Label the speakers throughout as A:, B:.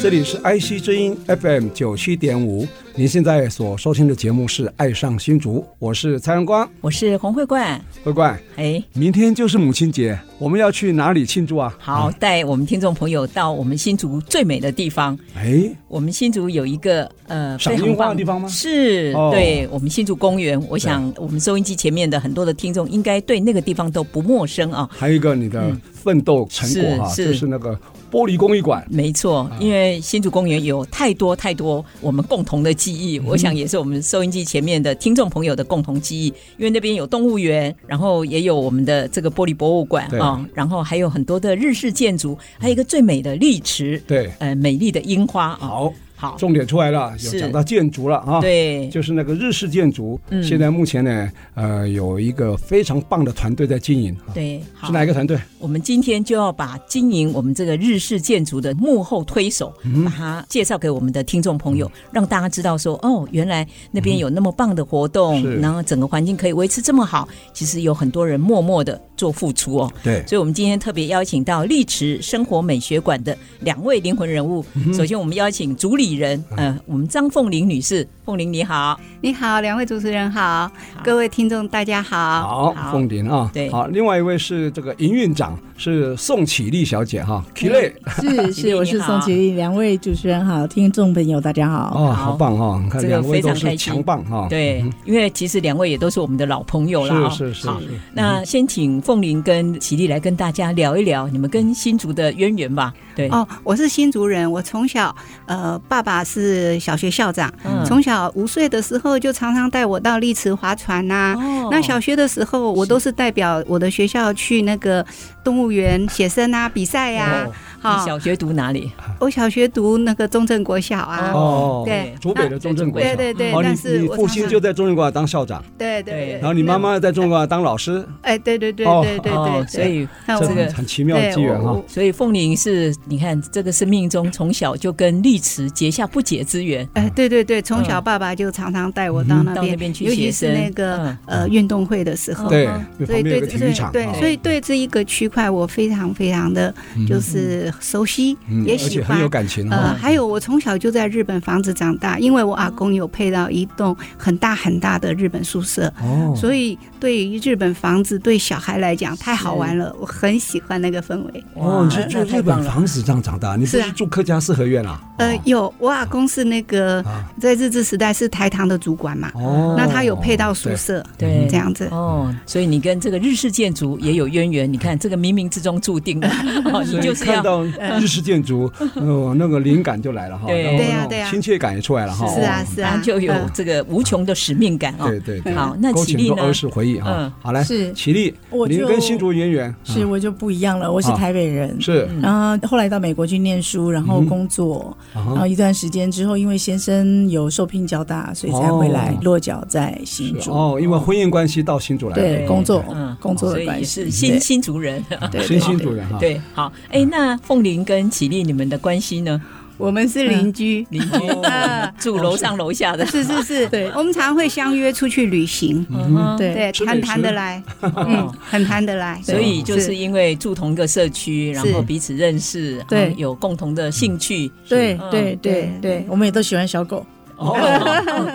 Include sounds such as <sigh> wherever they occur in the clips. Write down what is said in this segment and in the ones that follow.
A: 这里是 IC 之音 FM 九七点五，您现在所收听的节目是《爱上新竹》，我是蔡荣光，
B: 我是黄慧冠。
A: 慧冠。
B: 哎，
A: 明天就是母亲节，我们要去哪里庆祝啊？
B: 好，带我们听众朋友到我们新竹最美的地方。
A: 哎，
B: 我们新竹有一个呃
A: 赏
B: 非常
A: 樱花
B: 棒
A: 的地方吗
B: 是，
A: 哦
B: 对我们新竹公园，我想我们收音机前面的很多的听众应该对那个地方都不陌生啊。
A: 还有一个你的奋斗成果哈、
B: 嗯是是
A: 就是那个玻璃工艺馆。
B: 没错，
A: 啊
B: 因为新竹公园有太多太多我们共同的记
A: 嗯
B: 忆，我想也是我们收音机前面的听众朋友的共同记忆。因为那边有动物园，然后也有我们的这个玻璃博物馆
A: 对
B: 啊、然后还有很多的日式建筑，还有一个最美的丽池，
A: 对，
B: 呃，美丽的樱花啊、
A: 好，
B: 好，
A: 重点出来了，有
B: 是
A: 讲到建筑了啊。。
B: 对，
A: 就是那个日式建筑，
B: 嗯
A: 现在目前呢，呃，有一个非常棒的团队在经营，啊
B: 对，好
A: 是，哪一个团队？
B: 我们今天就要把经营我们这个日式建筑的幕后推手，
A: 嗯
B: 把它介绍给我们的听众朋友，让大家知道说，哦，原来那边有那么棒的活动，
A: 是
B: 然后整个环境可以维持这么好，其实有很多人默默的做付出哦。
A: 对
B: 所以，我们今天特别邀请到丽池生活美学馆的两位灵魂人物。
A: 嗯
B: 首先，我们邀请主理人，呃，我们张凤玲女士，凤玲你好，
C: 你好，两位主持人好，各位听众大家好。
A: 好，
B: 好
A: 凤林啊，
B: 对
A: 好，另外一位是这个营运长是宋绮丽小姐哈绮丽
C: 嗯 <laughs>
D: 是
B: 起立
D: 是，我
B: 你
D: 是
B: 好
D: 宋绮丽，两位主持人好，听众朋友大家好。
A: 哦，好棒哈，你看
B: 这个
A: 两位
B: 非
A: 都
B: 常开
A: 是
B: 心
A: 强棒哈，
B: 对，因为其实两位也都是我们的老朋友了啊、
A: 哦嗯是是是
B: 好
A: 是，
B: 那先请凤玲跟绮丽来跟大家聊一聊你们跟新竹的渊源吧。对，
C: 哦，我是新竹人，我从小呃，爸爸是小学校长，
B: 嗯
C: 从小五岁的时候就常常带我到丽池划船呐、
B: 哦
C: 那小学的时候，我都是代表我的学校去那个动物园写生啊、比赛呀、
A: 哦
B: 你
C: 好、
B: 小学读哪里？
C: 我小学读那个中正国小啊，
A: 哦，
C: 对
A: 竹北的中正国小
C: 对，对对，
A: 哦，
C: 但
A: 你
C: 是
A: 你
C: 我
A: 父
C: 常
A: 亲
C: 常
A: 就在中正国小当校长，
C: 对对对，
B: 对
A: 然后你妈妈在中正国小当老师，
C: 哎，对对对
A: 哦
C: 对对对，
B: 哦，所以
C: 那
B: 这
C: 我
B: 个
A: 很奇妙的
C: 对
A: 机缘
C: 我
A: 哈
C: 我。
B: 所以凤玲是你看这个生命中从小就跟丽池结下不解之缘。
C: 哎，对对对，从小
B: 嗯
C: 爸爸就常常带我到那
B: 到
C: 边，
B: 那边去
C: 尤
B: 写
C: 其是
B: 生
C: 那个
B: 嗯、嗯
C: 呃运动会的时候，
A: 对
B: 哦，
A: 因为
C: 嗯所
A: 旁
C: 以
A: 边有
C: 对
A: 个
C: 对
A: 体育场，
C: 对
A: 啊，
C: 所以对这一个区块我非常非常的
B: 嗯
C: 就是熟悉，
A: 嗯
C: 也
A: 而
C: 喜
A: 且很有
C: 欢。
A: 感哦情
C: 呃，
A: 哈。
C: 还有我从小就在日本房子长大，因为我阿公有配到一栋很大很大的日本宿舍，
A: 哦，
C: 所以对于日本房子对小孩来讲太好玩了，我很喜欢那个氛围。
A: 哦，你是
B: 那
A: 住
B: 太
A: 日
B: 棒
A: 本
B: 了。
A: 房子这样长大，你不
C: 是啊
A: 是住客家四合院啊？
C: 呃，有我阿公是那个
A: 啊，
C: 在日治时代是台糖的主管嘛，
A: 哦，
C: 那他有配到宿舍，
B: 对
C: 这样子。
B: 哦，所以你跟这个日式建筑也有渊源。你看，这个冥冥之中注定的，哦，你
A: 所以
B: 就是
A: 看
B: 要
A: 到日式建筑，呃，那个灵感就来了哈，
B: 对
A: 然后
C: 对啊
A: 那种
C: 对啊
A: 亲切感也出来了哈。
C: 是啊，是
B: 然
C: 啊
B: 后，就有
C: 嗯
B: 这个无穷的使命感哦。
A: 对对对。
B: 好，那
A: 勾
B: 绮
A: 起
B: 丽
A: 很
B: 呢
A: 多？儿时回忆
B: 嗯
A: 哈。好来，
D: 是
A: 绮丽，
D: 我
A: 您
D: 就
A: 跟新竹渊源
D: 是，
A: 啊
D: 我就嗯不一样了，我是
A: 啊
D: 台北人。
A: 是
D: 然后后来到美国去念书，然后
A: 嗯
D: 工作，
A: 啊
D: 然后
A: 哈
D: 一段时间之后，因为先生有受聘交大，所以才回来
A: 哦
D: 落脚在新
A: 是
D: 竹。
A: 哦，因为婚姻关系到新竹来
D: 对
A: 了，
D: 工作
B: 嗯，
D: 工作
B: 所
D: 的
B: 以
D: 关
B: 也
D: 系
B: 是，新新竹人。
D: 对
A: 新
D: 对
A: 新
D: 对
A: 竹人哈。
B: <laughs> 对，好，哎，
A: 嗯
B: 那凤玲跟绮丽你们的关系
A: <laughs>
B: 呢？
C: 我们是邻居，
B: 邻居
A: 嗯
C: <laughs>
A: 哦
C: 啊
B: 住楼上楼下的，
C: 是是是，
D: 对
C: 我们常会相约出去旅行，
B: 嗯哼，
D: 对
C: 对，
A: 吃
C: 谈
A: 美
C: 谈
A: 食
C: 得来，嗯
B: 哦，
C: 很谈得来，
B: 所以就是因为住同一个社区，然后
C: 是
B: 彼此认识，
D: 对
B: 然后有共同的兴趣，
D: 对
B: 嗯
D: 对对
C: 哦对
D: 对，我们也都喜欢小狗，
A: 哦，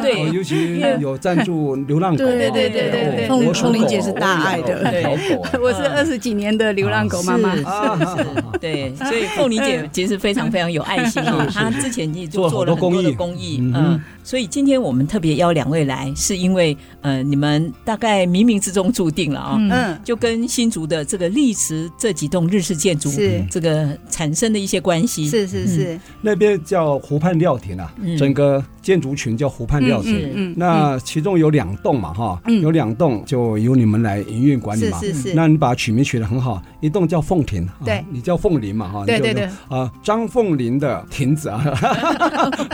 B: 对
A: 尤其有赞助流浪狗，啊哦
C: 对对对对
A: 我
C: 对
D: 凤
A: 属
D: 凤
A: 狗
D: 玲姐是大爱的，
B: 对
E: 小狗
C: <laughs>
E: 啊，
C: 我是二十几年的流浪狗妈妈
B: 是，
A: 啊哈哈哈
B: 对，所以凤梨姐其实非常非常有爱心哦，她之前也就做了很多的公益，
A: 嗯
B: 嗯、
A: 哼
B: 所以今天我们特别邀两位来，是因为呃，你们大概冥冥之中注定了啊、哦。
D: 嗯，
C: 嗯，
B: 就跟新竹的这个历池这几栋日式建筑，
C: 是
B: 这个产生的一些关系，
C: 是是是，
A: 那边叫湖畔料亭啊，
B: 嗯
A: 整个建筑群叫湖畔料亭。
B: 是
C: 嗯
A: 那其中有两栋嘛，哈，
C: 嗯
A: 有两栋就由你们来营运管理
C: 是
A: 嘛。
C: 是是，
A: 那你把取名取得很好，一栋叫凤亭，啊
C: 对
A: 你叫凤林嘛，哈，
C: 对对
A: 你就
C: 对
A: 啊，张凤林的亭子啊，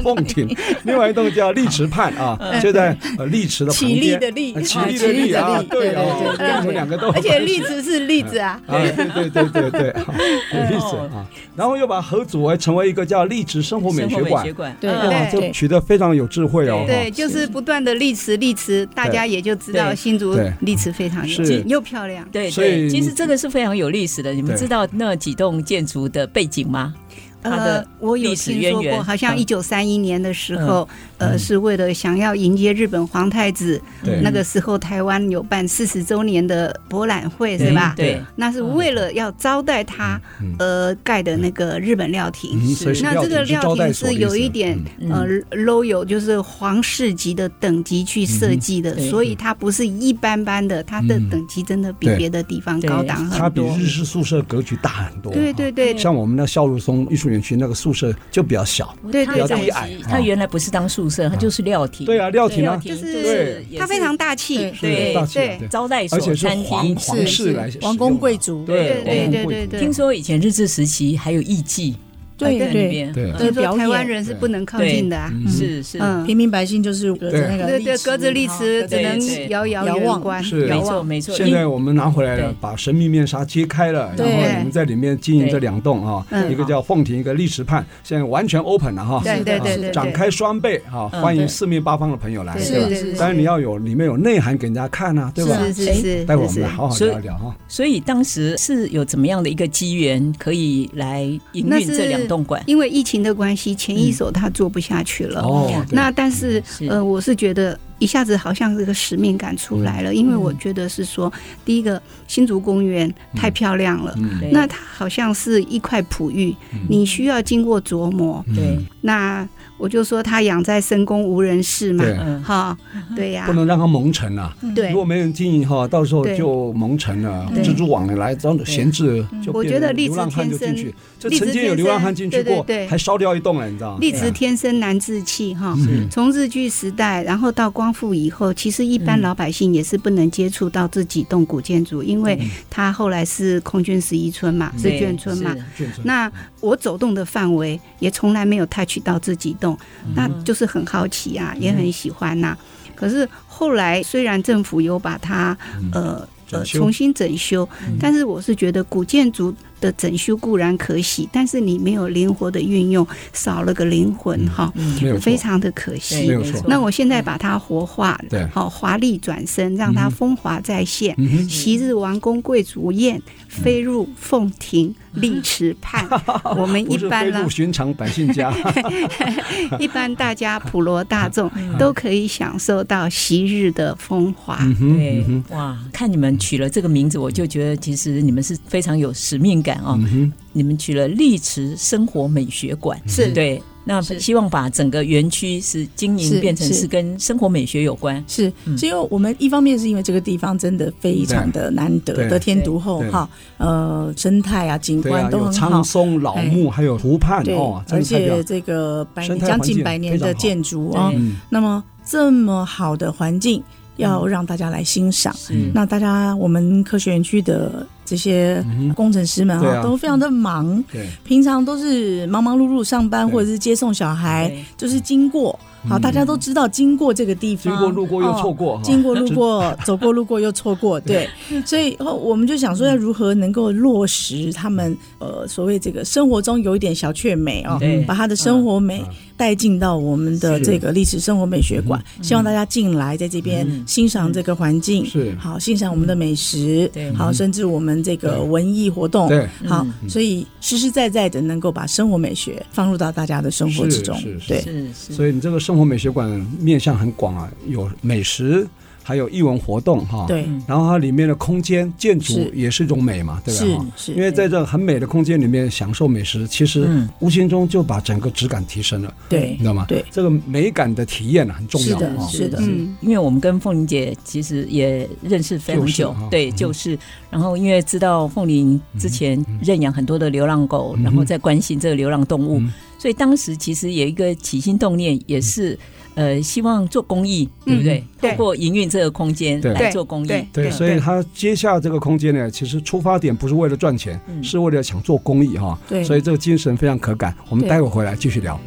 A: 凤亭。另外一栋叫丽池畔啊，就在呃丽池的旁
D: 起立
A: 边，
D: 的立，
A: 呃起
D: 啊
A: 立的立啊，对哦，
D: 对
A: 我们两个都，
C: <laughs> 而且栗子是栗子啊，
A: 啊，对对对对对，啊有意思
B: 哦
A: 啊。然后又把合组为成为一个叫丽池生活美
B: 生活
A: 学
B: 美
A: 馆
B: 学，馆，嗯
D: 对
C: 对
A: 哇，
C: 对
A: 这取得非常有智慧 <laughs> 哦，哈
C: 对，就是不断的历池历池，大家也就知道
B: 对
C: 新竹
A: 对
C: 历池非常有
A: 是
C: 劲又漂亮。
B: 对
A: 所以
B: 对，其实这个是非常有历史的。你们
A: 对
B: 知道那几栋建筑的背景吗？它的
C: 呃，我有
B: 历史
C: 听
B: 渊
C: 说
B: 源
C: 过，好像一九三一年的时
B: 嗯
C: 候，呃，是为了想要迎接日本皇太子，
A: 对
C: 那个时候台湾有办四十周年的博览会，是吧？
B: 对，
C: 那是为了要招待他
A: 嗯
C: 而盖的那个日本料亭。
A: 嗯，所以
C: 那这个
A: 是招
C: 料
A: 待
C: 亭
A: 所的
C: 是
A: 意思
C: 有一点
A: 嗯
B: 嗯
C: 呃 low 有就是皇室级的等级去设计的，
B: 嗯对
C: 所以它不是一般般的，它的等级真的比
A: 对
C: 别的地方
B: 对
C: 高档
A: 它
C: 很
A: 比
C: 多。
A: 日式宿舍格局大很多。
C: 对对对，
A: 像我们的孝路松艺术园区那个宿舍就比较小。
C: 对
B: 它
C: 比较
B: 早
A: 低矮
B: 期
A: 啊
B: 它原来不是当宿舍，它就是料亭。
A: 对啊，料亭啊，
C: 就
B: 就是
C: 是
B: 也
C: 它非常大气
D: 对，
B: 对
A: 大气
C: 对
A: 对，
B: 招待所、
A: 而且是
B: 餐
A: 皇
B: 厅。
A: 皇室
D: 是
A: 来使用的
D: 王公贵族
A: 对哦
C: 对对
A: 王公
C: 对
A: 贵
C: 对
A: 族
C: 对，
B: 听说以前日治时期还有艺妓
D: 对
B: 在里
D: 对，
B: 面，
A: 对
D: 对
C: 听说
D: 表演
C: 台湾人是不能靠近的啊。
A: 嗯
B: 是是，
C: 嗯，
D: 平民百姓就是隔着那个
C: 对对，
D: 立
C: 格子立
D: 哈
C: 池
D: 对
C: 只能
B: 对
C: 遥遥
D: 遥
C: 远
D: 望
C: 观。
A: 是
B: 没
C: 遥
B: 错
C: 望
B: 没错。
A: 现在我们拿回来了
B: 对，
A: 把神秘面纱揭开了，然
D: 对
A: 后你们在里面经营这两栋啊，
C: 嗯
A: 一个叫凤亭，一个丽池畔，现在完全 open 了哈，
C: 对对
A: 啊
C: 对对，
A: 展开双倍啊，
B: 嗯
A: 欢迎
D: 对
A: 四面八方的朋友来，
C: 对
A: 对吧？
C: 对对对
A: 当然你要有里面有内涵给人家看啊，对吧？
C: 是是是，
A: 待会我
C: 是
A: 们来好好
B: 所以
A: 聊一聊哈。
B: 所以当时是有怎么样的一个机缘可以来营
C: 那
B: 运
C: 是
B: 这两栋馆？
C: 因为疫情的关系，前一手他做不下去了。
A: 哦，对
C: 那但是
B: 是
C: 呃，我是觉得一下子好像这个使命感出
A: 嗯
C: 来了，因为我觉得是说，第一个新竹公园太漂亮了，
A: 嗯
B: 对
C: 那它好像是一块璞玉，
A: 嗯
C: 你需要经过琢磨。
B: 对，
C: 那我就说它养在深宫无人室嘛，
A: 对，
B: 嗯，
C: 哈，对呀、
A: 不能让它蒙尘啊。
C: 呃对
A: 如。果没人经营哈，到时候
C: 对
A: 就蒙尘了，
D: 对
A: 蜘蛛网了来，然后闲置就
C: 我
A: 变
C: 觉
A: 成
C: 得荔枝
A: 流浪汉就进
C: 天
A: 去
C: 生，
A: 就
C: 荔枝
A: 曾经有
C: 天
A: 流浪汉
C: 生
A: 进去
C: 对对
A: 过，
C: 对
A: 还烧掉一栋了，你知
B: 哦
A: 道吗？
C: 荔
B: 啊
C: 枝天生难自弃哈，
A: 嗯
C: 从日据时代，然后到光复以后，其实一般
B: 嗯
C: 老百姓也是不能接触到这几栋古建筑，因为它后来是空军十一村嘛，
B: 嗯
C: 是
B: 对
C: 眷村嘛。
B: 是
A: 眷村
C: 那我走动的范围也从来没有 touch 到这几栋，
A: 嗯
C: 那就是很好奇啊，也很喜欢呐、可是后来虽然政府有把它呃
A: 嗯整
C: 呃
A: 修
C: 重新整修，
B: 嗯
C: 但是我是觉得古建筑的整修固然可喜，但是你没有灵活的运用，少了个灵魂哈，
B: 嗯，
A: 没有错
C: 非常的可
B: 对
C: 惜
A: 没。有
B: 没
A: 错
C: 那我现在把它活化，
A: 对
C: 好华丽转身，让它风华再现。
A: 嗯哼嗯
C: 昔日王公贵族宴，飞入凤亭丽池畔。
A: <laughs>
C: 我们
A: 不
C: 一
A: 是
C: 般
A: 飞
C: 呢
A: 入，寻常百姓家，
C: <laughs> 一般大家普罗大众都可以享受到昔日的风华。
A: 嗯哼
B: 对，哇！看你们取了这个名字，我就觉得其实你们是非常有使命感哦。
A: 嗯哼嗯
B: 你们取了丽池生活美学馆，
C: 是
B: 对。那
D: 是
B: 希望把整个园区是经营
D: 是
B: 变成
D: 是
B: 是跟生活美学有关，
D: 是，
B: 嗯
D: 是因为我们一方面是因为这个地方真的非常的难
A: 对
D: 得，得天独厚
A: 对
D: 哈，呃，生态啊、景
A: 对啊
D: 观，都
A: 有
D: 很好
A: 苍，松、老木，还有湖畔
D: 对
A: 哦，，真
D: 而
A: 的太漂
D: 且
A: 亮。
D: 这个百
A: 生态
D: 将
A: 环境
D: 近百年
A: 非常
D: 的
A: 好
D: 建筑
C: 哦
D: 啊，
B: 对
A: 嗯，
D: 那么这么好的环境，要让大家来欣赏。
A: 嗯
B: 是
D: 那大家，我们科学园区的这些
A: 嗯哼
D: 工程师们
A: 对
D: 啊，
A: 啊
D: 都非常的忙，
A: 对，
D: 平常都是忙忙碌碌上班
A: 对
D: 或者是接送小孩，
B: 对
D: 就是经过。好，
A: 嗯
D: 大家都知道经过这个地
A: 经
D: 方，
A: 过路过又
D: 哦
A: 错过哈，
D: 经过路过、 <laughs> 走过路过又错过，对，所以后我们就想说，要如何能够落实他们呃所谓这个生活中有一点小确美哦
B: 对，
D: 把他的生活美
A: 嗯
D: 带进到我们的这个历史生活美学馆，
A: 嗯
D: 希望大家进来在这边
B: 嗯
D: 欣赏这个环境，
A: 是
D: 好欣赏我们的美食
B: 对，
D: 好甚至我们这个
A: 对
D: 文艺活动，
A: 对
D: 好
B: 嗯，
D: 所以实实在在的能够把生活美学放入到大家的生活之中
A: 是是，是
D: 对。
B: 是是，
D: 嗯
A: 所以你这个生活美学馆面向很广啊，有美食，还有艺文活动哈、
D: 对，
A: 然后它里面的空间建筑
D: 是
A: 也是一种美嘛，对
D: 是
A: 吧？哈
D: 是，
A: 因为在这很美的空间里面享受美食，其实
B: 嗯
A: 无形中就把整个质感提升了，
D: 对
A: 你知道吗？
D: 对，
A: 这个美感的体验很重
D: 是
A: 要
D: 的
A: 啊。
D: 是的
C: 嗯，
B: 因为我们跟凤玲姐其实也认识非常
A: 旧识
B: 久，
A: 哈
B: 对，
A: 嗯
B: 就是，然后因为知道凤玲之前
A: 嗯
B: 认养很多的流浪狗，然后在关心这个流浪动物，
A: 嗯
B: 所以当时其实有一个起心动念，也是、
A: 嗯
B: 呃希望做公益，对不对？
C: 对
B: 透过营运这个空间
A: 对
B: 来做公益，
C: 对
A: 对，所以他接下这个空间呢，其实出发点不是为了赚钱，
B: 嗯
A: 是为了想做公益哈、
D: 对
A: 所以这个精神非常可感。我们
D: 对
A: 待会儿回来继续聊。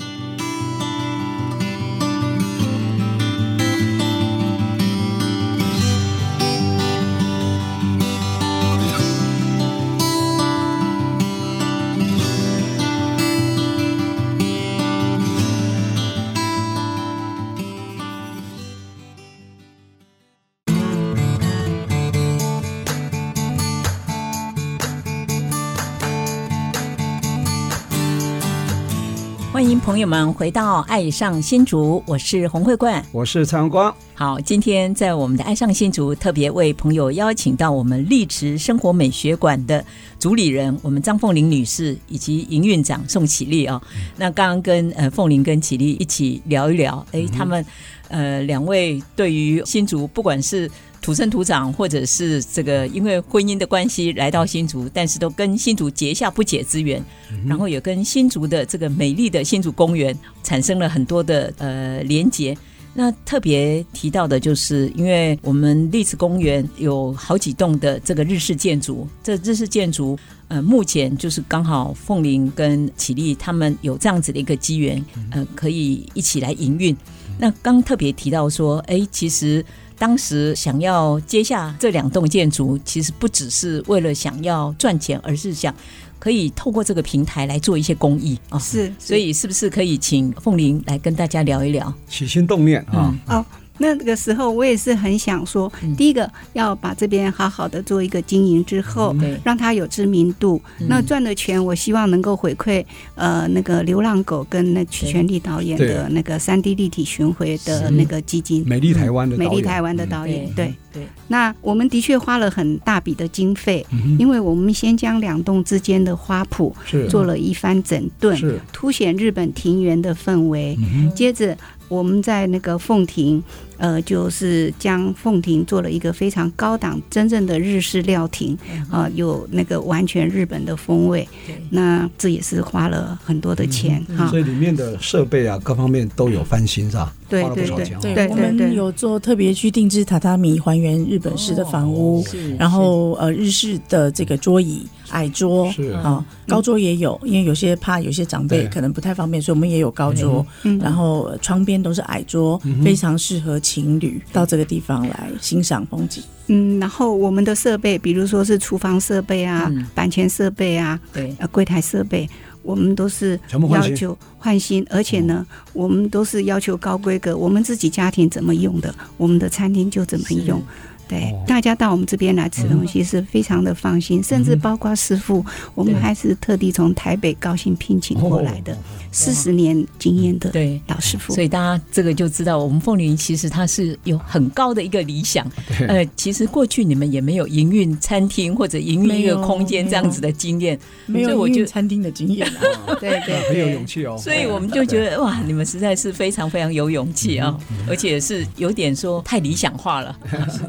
B: 欢迎朋友们回到《爱上新竹》，我是洪慧冠。
A: 我是蔡阳光，
B: 好，今天在我们的《爱上新竹》，特别为朋友邀请到我们丽池生活美学馆的主理人，我们张凤玲女士以及营运长宋启丽哦。那刚刚跟呃凤玲跟启丽一起聊一聊，诶，他们呃两位对于新竹，不管是土生土长，或者是这个因为婚姻的关系来到新竹，但是都跟新竹结下不解之缘，然后也跟新竹的这个美丽的新竹公园产生了很多的呃连结。那特别提到的就是，因为我们历史公园有好几栋的这个日式建筑，这日式建筑，呃，目前就是刚好凤林跟绮丽他们有这样子的一个机缘，
C: 嗯
B: 呃，可以一起来营运。那刚特别提到说，哎，其实当时想要接下这两栋建筑，其实不只是为了想要赚钱，而是想可以透过这个平台来做一些公益啊。
C: 是，
B: 所以是不是可以请凤玲来跟大家聊一聊？
A: 起心动念
D: 嗯
A: 啊，
C: 哦，那个时候我也是很想说，
B: 嗯
C: 第一个要把这边好好的做一个经营之后，
B: 对
C: 让它有知名度。
B: 嗯
C: 那赚的钱，我希望能够回馈呃那个流浪狗跟那曲全力导演
A: 对
C: 的那个三 D 立体巡回的那个基金。
A: 美丽台湾的导
C: 美
A: 演，
C: 丽台湾的导演，对
B: 嗯对，
C: 那我们的确花了很大笔的经费，
A: 嗯哼
C: 因为我们先将两栋之间的花圃
A: 是
C: 做了一番整顿，
A: 是
C: 凸显日本庭园的氛围。
A: 嗯哼
C: 接着我们在那个凤亭，呃，就是将凤亭做了一个非常高档、真正的日式料亭，
A: 嗯
C: 啊、有那个完全日本的风味。那这也是花了很多的钱哈、
A: 嗯所以里面的设备啊，各方面都有翻新是吧？
C: 对
A: 花了不
C: 对
A: 少
C: 对
A: 钱啊
D: 对
C: 对
D: 我
C: 对
D: 们
C: 对
D: 有做特别去定制榻榻米，还原日本式的房屋，
A: 哦
B: 是
D: 然后呃日式的这个桌椅、矮桌。
C: 哦
A: 是
D: 啊、高桌也有，因为有些怕有些长辈
A: 对
D: 可能不太方便，所以我们也有高桌。
C: 嗯
D: 然后呃窗边都是矮桌，
A: 嗯
D: 非常适合情侣到这个地方来欣赏风景。
C: 嗯，然后我们的设备，比如说是厨房设备啊、
B: 嗯
C: 板前设备啊、
B: 对
C: 呃柜台设备，我们都是
A: 全部换
C: 要
A: 新嗯
C: 求换新，而且呢，我们都是要求高规格，我们自己家庭怎么用的，我们的餐厅就怎么用。对，
A: 哦嗯
C: 大家到我们这边来吃东西是非常的放心，甚至包括师傅，我们还是特地从台北高薪聘请过来的
A: 哦，
C: 四十年经验的
B: 对。
C: 老师傅
B: 所。以大家这个就知道，我们凤林其实它是有很高的一个理想。呃，其实过去你们也没有营运餐厅或者营运一个空间这样子的经验，
A: 嗯
D: 没
B: 所以
D: 有
B: 我
D: 营
B: 就
D: 运餐厅的经验、啊，
C: 对对
A: 很有勇气哦。
B: 所以我们就觉得哇，你们实在是非常非常有勇气啊、
A: 嗯
B: 而且是有点说太理想化了，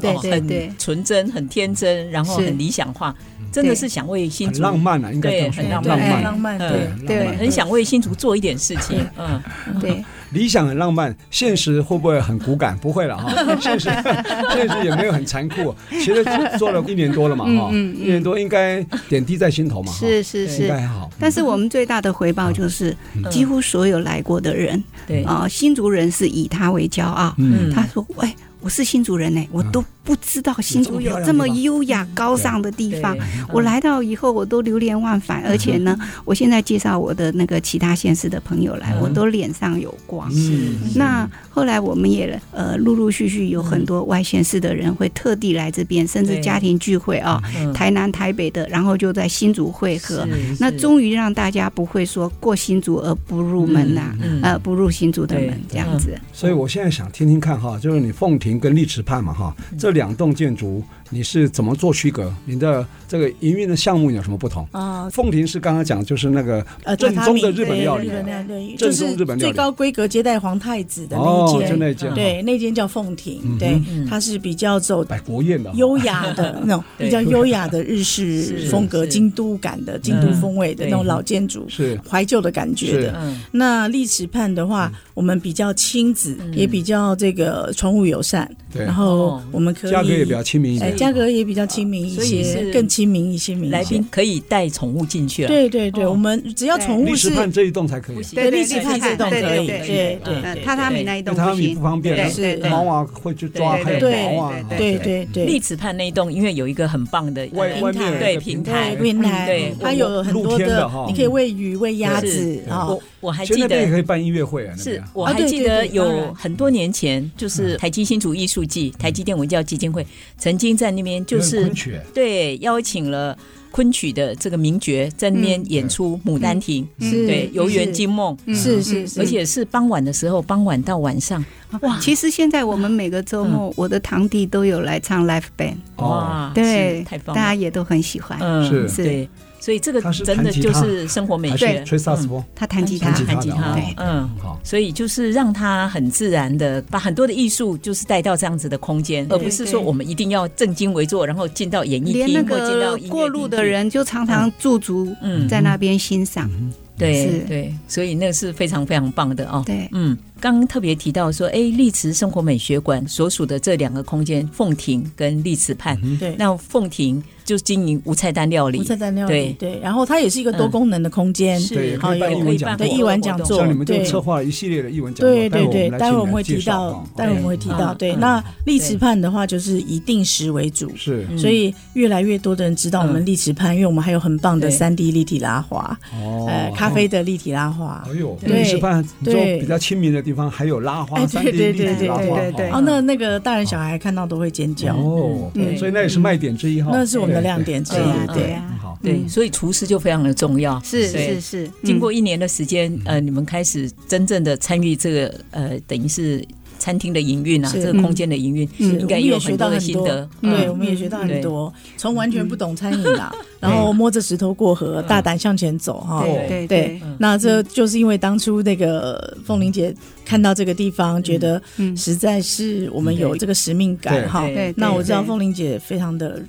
C: 对
B: 哦
C: 对对
B: 很纯真、很天真，然后
C: 是
B: 很理想化，真的
C: 对
B: 是想为新
A: 很
B: 竹
A: 浪漫啊，应该
B: 对
A: 这样说
B: 很浪
A: 漫，
B: 漫
D: 浪漫，
B: 嗯
D: 对。
C: 对
A: 浪漫
B: 很想为新竹做一点事情。嗯，
A: <laughs>
C: 对，
A: 理想很浪漫，现实会不会很骨感？不会了
C: <laughs>
A: 哈，现实现实也没有很残酷。其实做了一年多了嘛哈，
C: 嗯嗯嗯
A: 一年多应该点滴在心头嘛，哈
C: 是是
A: 应
C: 是
A: 该。还好。
C: 但是我们最大的回报就是，
A: 嗯
C: 几乎所有来过的人
B: 对，
C: 啊、新竹人是以他为骄傲。
A: 嗯
C: 他说：“喂，我是新竹人
B: 嗯
C: 呢、我都不知道新竹有这么优雅高尚的地
B: 嗯
C: 方。我来到以后，我都流连忘返，而且呢，我现在介绍我的那个其他县市的朋友
B: 嗯
C: 来，我都脸上有光。
E: 嗯
C: 那后来我们也呃，陆陆续续有很多外县市的人会特地来这边，甚至
B: 嗯对
C: 家庭聚会啊、
B: 嗯
C: 台南、台北的，然后就在新竹汇合。
B: 是
C: 那
B: 是
C: 终于让大家不会说过新竹而不入门呐、
B: 嗯嗯
C: 呃，不入新竹的
B: 对嗯
C: 门这样子。
A: 所以我现在想听听看哈，就是你凤亭跟丽池畔嘛哈，
D: 嗯
A: 这两栋建筑你是怎么做区隔？你的这个营运的项目有什么不同？
D: 啊。
A: 凤亭是刚刚讲就是那个
D: 呃，
A: 正宗的日本料理啊
D: 对日本料理
A: 正
D: 就
A: 宗
D: 是
A: 日本料理
D: 最高规格接待皇太子的那
A: 哦
D: 一，间，
A: 就那一间哈
D: 对，那间叫凤
A: 嗯
D: 亭，
A: 哼
D: 对
B: 嗯，
D: 它是比较走
A: 百国宴的哈
D: 优
A: <laughs>
D: 雅的那种
B: 对
D: 比较优雅的日式
B: 是
D: 风格、
B: 是
D: 京都感的京都风味的
B: 嗯
D: 那种老建筑，
A: 是
D: 怀旧的感觉
A: 是嗯
D: 的。
B: 嗯
D: 那历史畔的话，我们比较亲子，也比较这个宠物友善，
A: 对
D: 然，后
B: 哦
D: 我们可以
A: 价格也比较亲民一
D: 哎
A: 点，
D: 价格也比较亲民一
B: 所以
D: 些
B: 是，
D: 更亲民一些，
B: 来宾可以带宠物进去了。
D: 对对对，
B: 哦
D: 我们只要宠
A: 丽
D: 物
A: 池
D: 是
A: 畔这一栋才可以啊
B: 不，行，
C: 对
D: 对
C: 对对
D: 立体
C: 对
D: 看这栋
C: 对
D: 可
C: 对
D: 以，
C: 对
D: 对对
C: 呃，
D: 对
C: 榻榻米那一栋
A: 因为它
C: 不
A: 米
C: 行
A: 不。方便
B: 对，
D: 是对
A: 猫啊会去抓，
B: 对
A: 还有
D: 对
A: 毛啊，
C: 对
D: 对对对，
B: 丽池畔那一栋，因为有一个很棒的
A: 外
B: 呃
A: 外面有
B: 平台
A: 一
B: 对
A: 个
B: 平
A: 平
B: 台
A: 台
D: 对，喂奶，
B: 对
D: 它有很
A: 露
D: 多
A: 天的哈
D: 你可以喂鱼、喂鸭子
A: 对
D: 啊
B: 我，哦我还
A: 嗯其实
B: 记
A: 那边也可
B: 得。
A: 以办音乐会啊，那
B: 是
A: 边啊
B: 我
D: 啊
B: 还
D: 对
B: 记
D: 对
B: 得
D: 对当
B: 有
D: 然
B: 很多年前，
A: 嗯
B: 就是台积新竹艺术季、台积电文教基金会曾经在那边，就
A: 有
B: 是
A: 昆曲
B: 对邀请了昆曲的这个名角在那边演出
A: 嗯
B: 《牡丹亭》，
C: 嗯
D: 是
B: 对《游园惊梦》，
D: 是是是，
B: 而且是傍晚的时候，傍晚到晚上，哇嗯
C: 其实现在我们每个周末，我的堂弟都有来唱 l i f e band，
A: 哦，
B: 哇，
C: 对，
B: 啊是太棒
C: 大家
B: 了，
C: 也都很喜欢。
B: 嗯，
A: 是
C: 是
B: 对，所以这个
A: 他是
B: 真的
A: 弹吉
B: 就
A: 他
B: 是生活美
A: 还
B: 学
A: 是，吹
D: 嗯
A: 萨斯风，
C: 他弹吉他
A: 弹，吉
B: 弹
A: 他
B: 吉
A: 的
B: 他
A: 哦，
C: 对
B: 嗯。
A: 好，
B: 所以就是让他很自然的把很多的艺术就是带到这样子的空间，而
C: 对
B: 不是说我们一定要正襟危坐，然后进到演艺
C: 连那
B: 厅或进
C: 个
B: 到音乐
C: 过路的
B: 厅去，
C: 人就常常驻足
B: 嗯，
C: 在那边欣赏。
B: 对
C: 是
B: 对，所以那是非常非常棒的哦。
C: 对，
B: 嗯，刚刚特别提到说，哎，丽池生活美学馆所属的这两个空间，凤亭跟丽池畔。
A: 嗯
D: 对。
B: 那凤亭就经营无菜单料理
D: 嗯无，菜单料理
B: 对嗯
D: 对，然后它也是一个多功能的空间，
B: 是哦
A: 对也可以
D: 好
A: 办
D: 有
A: 英
B: 可
A: 文
B: 以
A: 讲
B: 办
A: 座
D: 对，。一晚讲座，
A: 像
D: 对
A: 你们就策划了一系列的一文讲座，
D: 对对对，
A: 待
D: 待
A: 会
D: 会
A: 我
D: 我
A: 们
D: 们
A: 来
D: 会
A: 请你
D: 提
A: 来介绍
D: 到
A: 哈，哎
D: 待会我们会提到。
B: 嗯
D: 对，
B: 嗯
D: 那丽池畔的话就是以定时为主，
A: 是
B: 嗯
D: 所以越来越多的人知道我们丽池畔，因为我们还有很棒的
B: 对
D: 三 D 立体拉花，
A: 哦
D: 呃，咖啡，的立体拉花
A: 哎。呦，
B: 对
A: 那吃饭你说
D: 对
A: 比较亲民的地方还有拉花，
D: 哎
A: 三
D: 对
A: D
D: 对
A: 立体
D: 对
A: 拉花，
C: 对对对
D: 哦，那那个大人小孩看到都会尖叫，
A: 哦，
B: 对
A: 所以那也是卖点之一哈，
D: 嗯
A: 哎
D: 那是我们的亮点之
C: 对
D: 一啊
C: 呀，。
D: 对
C: 对呀，
A: 好，
B: 对，所以厨师就非常的重要。
C: 嗯是
B: 对
C: 是是，
B: 经过
C: 嗯
B: 一年的时间，呃，你们开始真正的参与这个呃，等于是餐厅的营运啊，
D: 是
B: 这个空间的营运，
C: 嗯
B: 应该也有很多的心得。
D: 对，
B: 嗯
D: 我们也学到
B: 对
D: 很多，从完全不懂餐饮啊，
A: 嗯
D: 然后摸着石头过河，
B: 嗯
D: 大胆向前走哈。
C: 对对嗯对
D: 对，那这就是因为当初那个凤玲姐看到这个地方，觉得
C: 嗯
D: 实在是我们有这个使命感
A: 对
D: 哈。
B: 对
C: 对。
D: 那我知道
C: 对
D: 凤玲姐非常的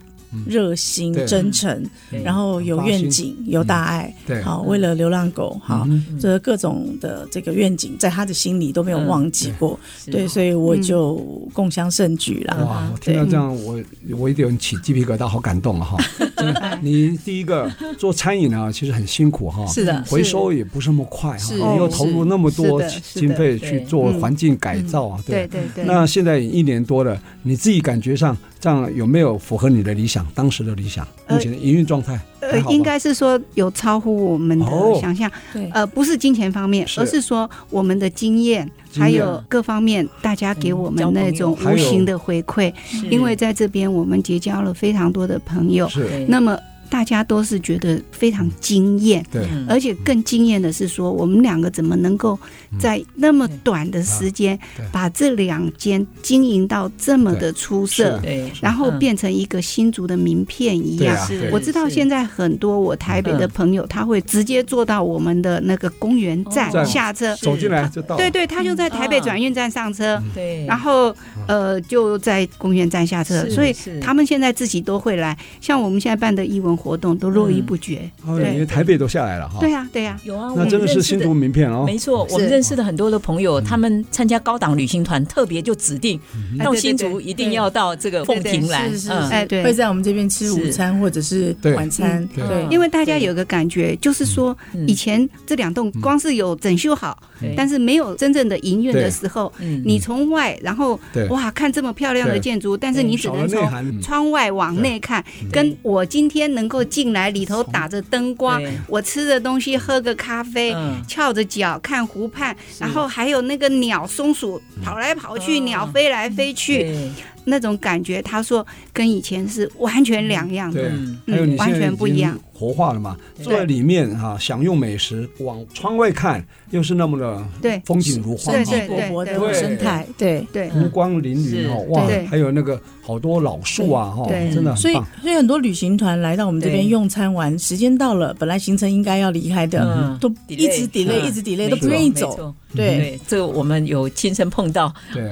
D: 热心
A: 对、
D: 真诚，
B: 对
D: 然后有愿景、有大爱，
A: 嗯对，
D: 啊好，为了流浪狗，好，
A: 嗯
D: 这各种的这个愿景，在她的心里都没有忘记过。
B: 嗯是
D: 对，所以
C: 嗯
D: 我就共襄盛举啦。
A: 哇，我听到这样，我我有点起鸡皮疙瘩，好感动
D: <laughs>
A: 啊！哈。真
D: 哎
A: 的你第一个做餐饮啊，其实很辛苦哈，
B: 是的
A: 回收也不是那么快哈，
B: 是
A: 你
D: 哦
A: 又投入那么多
C: 是是的是的
A: 经费
B: 对
A: 去做
D: 嗯
A: 环境改造啊，
C: 对
A: 对。
C: 对对，
A: 那现在一年多了，你自己感觉上这样有没有符合你的理想？当时的理想，
C: 呃
A: 目前的营运状态
C: 呃
A: 还好，吧
C: 应该是说有超乎我们的
A: 哦
C: 想象，
D: 对
C: 呃，不是金钱方面，
A: 是
C: 而是说我们的经验，
A: 经验
C: 还有各方面大家给我们那种
A: 交朋友
C: 无形的回馈，
B: 是
C: 因为在这边我们结交了非常多的朋友，
A: 是，
B: 对
C: 那么大家都是觉得非常惊艳。
A: 对，
B: 嗯
C: 而且更惊艳的是说，我们两个怎么能够在那么短的时间
A: 嗯对
C: 把这两间经营到这么的出色
A: 对，
B: 对，
C: 然后
B: 嗯
C: 变成一个新竹的名片一
A: 对
C: 样。
A: 啊，
B: 是
A: 对
C: 我知道
B: 是
C: 现在很多我台北的朋友，他会直接坐到我们的那个公园站
A: 哦
C: 下车，
A: 走进来就到了，
C: 对对，他就在台北
B: 嗯
C: 转运站上车，
B: 对，
C: 然后呃就在公园站下车，
B: 是
C: 所以
B: 是
C: 他们现在自己都会来。像我们现在办的艺文文活动都络绎不绝。
A: 哦，因为台北都下来了哈。
C: 对呀，对呀，
B: 有啊，我
A: 那
B: 们
A: 真的
B: 认
A: 是
B: 识
A: 新竹嗯名片哦。
B: 没错，我们
D: 是
B: 认识的很多的朋友，他们参加高档旅行团，特别就指定
C: 哎
A: 嗯
B: 到
C: 对对
B: 新
C: 对
B: 竹一定要到这个凤亭来，
D: 是是
B: 嗯
C: 哎
D: 是，
C: 对
D: 会在我们这边吃午餐或者是
A: 对
D: 晚餐，
A: 嗯
D: 对
B: 嗯，
C: 因为大家有个感觉，就是说
B: 嗯
C: 以前这两栋光是有整修好，
B: 对
C: 但是没有真正的营运的
A: 对
C: 时候，
B: 嗯
C: 你从外然后
A: 对
C: 哇看这么漂亮的
A: 对
C: 建筑，但是你只
A: 少了
C: 能
A: 内
C: 从
A: 涵，嗯
C: 窗外往内看，跟我今天能够进来里
A: 嗯
C: 头打着灯光
B: 对，
C: 我吃着东西，喝个咖啡。
B: 嗯
C: 翘着脚看湖畔，然后还有那个鸟、松鼠跑来跑去，
B: 哦
A: 嗯
C: 鸟飞来飞去，
B: 对
C: 那种感觉，他说跟以前是完全两样
A: 对
C: 的。，
A: 还有你
C: 嗯完
A: 现在
C: 全
A: 已
C: 不一
A: 经
C: 样
A: 活化了嘛？
B: 对
A: 坐在里面哈、享用美食，往窗外看，又是那么的
C: 对
A: 风景如画
C: 对
A: 嘛，
C: 对
D: 勃勃
A: 对
D: 的生态，对。
C: 对
A: 湖光粼粼哦，
B: 是
A: 哇
C: 对，
A: 还有那个好多老树啊，哈，
C: 对
A: 真的
D: 所
A: 很
D: 以
A: 棒。，
D: 所以很多旅行团来到我们这边
B: 对
D: 用餐完，时间到了，本来行程应该要离开的
B: 嗯，
D: 都一直
B: delay，嗯
D: delay，一直 delay，
B: 没
D: 都
B: 错
D: 不愿意
B: 没
D: 走。
B: 错
A: 嗯
D: 对，
B: 对，这个我们有亲身碰到
D: <laughs>
A: 对，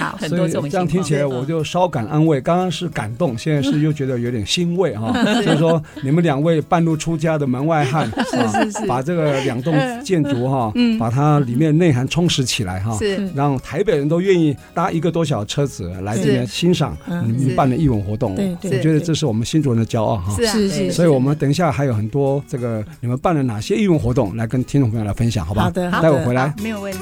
B: 好很
A: 所
B: 多
A: 以
B: 这种
A: 这样
B: 情
A: 听
B: 况嗯
A: 起来我就稍感安慰。刚刚是感动，现在是又觉得有点欣慰啊哈。所以说，你们两位半路出家的门外汉，啊，把这个两栋建筑哈，把它里面内涵充实起来哈。
C: 是
A: 让台北人都愿意搭一个多小时车子来这边欣赏
D: 嗯
A: 你们
C: 是
A: 办的艺文活动，
D: 对
A: 我
D: 对
A: 我觉得
C: 对
A: 这是我们新竹人的骄傲哈。
C: 是啊，
D: 是
B: 对
D: 是，
A: 所以，我们等一下还有很多这个你们办了哪些义文活动来跟听众朋友来分享，好不好？
D: 好的好
A: 待
D: 的
A: 会儿回来
C: 好。没有问题。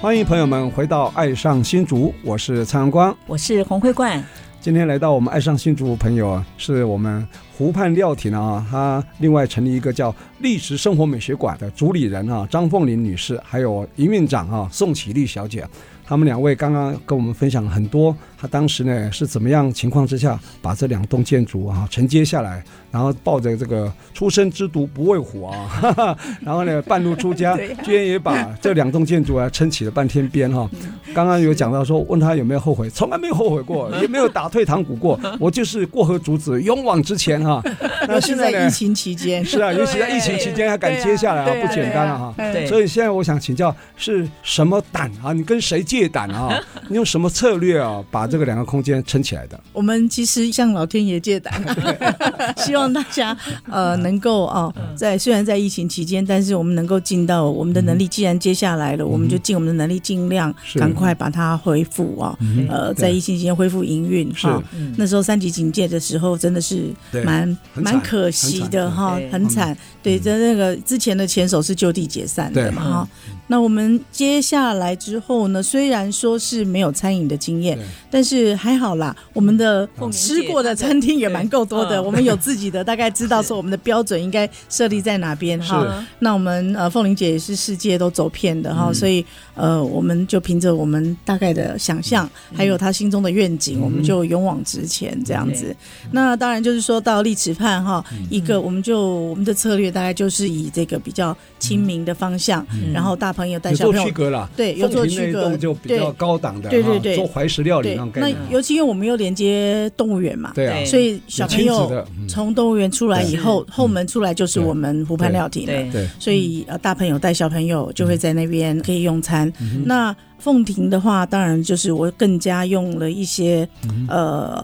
A: 欢迎朋友们回到《爱上新竹》，我是蔡阳光。
B: 我是洪慧冠，
A: 今天来到我们《爱上新竹》的朋友啊，是我们湖畔料亭啊，他另外成立一个叫历史生活美学馆的主理人啊，张凤玲女士，还有营运长啊，宋启丽小姐。他们两位刚刚跟我们分享了很多，他当时呢是怎么样情况之下把这两栋建筑啊承接下来，然后抱着这个初生之犊不畏虎啊， <laughs> 哈哈，然后呢半路出
D: <laughs>
A: 家，居然也把这两栋建筑啊撑起了半天边哈、
D: <laughs> 嗯
A: 刚刚有讲到说，问他有没有后悔，从来没有后悔过，也没有打退堂鼓
D: <laughs>
A: 过，我就是过河卒子，勇往直前哈、那
D: 尤其
A: 现在
D: 在疫
A: 呢？
D: 情
A: <laughs>
D: 期间，
A: 是啊，尤其在疫情期间还敢接下来
D: <laughs> 对
A: 啊，不简单了、哈。
D: 对
B: 对
A: 所以现在我想请教，是什么胆啊？你跟谁借胆啊？你用什么策略啊，把这个两个空间撑起来的？
D: 我们其实向老天爷借胆，
B: <laughs>
D: 希望大家呃能够哦，
B: 嗯
D: 在虽然在疫情期间，但是我们能够尽到我们的能力。既然接下来了，我们就尽我们的能力，尽量
A: 嗯是
D: 赶快把它恢复啊。
A: 嗯
D: 呃，
A: 对
D: 在疫情期间恢复营运
A: 是
D: 哈。
B: 嗯
D: 那时候三级警戒的时候，真的是
A: 对
D: 蛮
A: 很惨嗯
D: 蛮可惜的哈
B: 很惨对，
D: 很惨。对，在那个之前的前手是就地解散
A: 对嗯
D: 的嘛哈。那我们接下来之后呢，虽然说是没有餐饮的经验
A: 对，嗯
D: 但是还好啦，我们的
B: 凤鸣
D: 吃
B: 姐
D: 过的餐厅也蛮够多
B: 对
D: 的，
B: 嗯
D: 我们有自己的，大概知道说我们的标准应该设立在哪边哈。
A: 是嗯
D: 那我们呃，凤玲姐也是世界都走遍的哈，所以呃，我们就凭着我们大概的想象，
A: 嗯
D: 还有她心中的愿景，我们就勇往直前这样子。那当然就是说到丽池畔哈，
A: 嗯
D: 一个我们就我们的策略大概就是以这个比较亲民的方向，然后大朋友带
A: 嗯有
D: 小
A: 做
D: 朋友
A: 区。隔了，
D: 对有做
A: 凤亭
D: 区
A: 那一
D: 隔
A: 栋就比较
D: 对
A: 高档的，
D: 对对
A: 哈
D: 对
A: 做怀石料理
D: 对
A: 那种，概
D: 那
A: 念，啊
D: 尤其因为我们又连接动物园嘛，
A: 对啊，
B: 对
D: 所以小
A: 有
D: 朋
A: 亲子
D: 友
A: 的，嗯
D: 从动物园出来以后，后门出来就是
A: 对
D: 我们湖畔料亭了。
B: 对
A: 对，
D: 所以呃，大朋友带小朋友就会在那边可以用餐。
A: 嗯
D: 那凤亭的话，当然就是我更加用了一些、
A: 嗯
D: 呃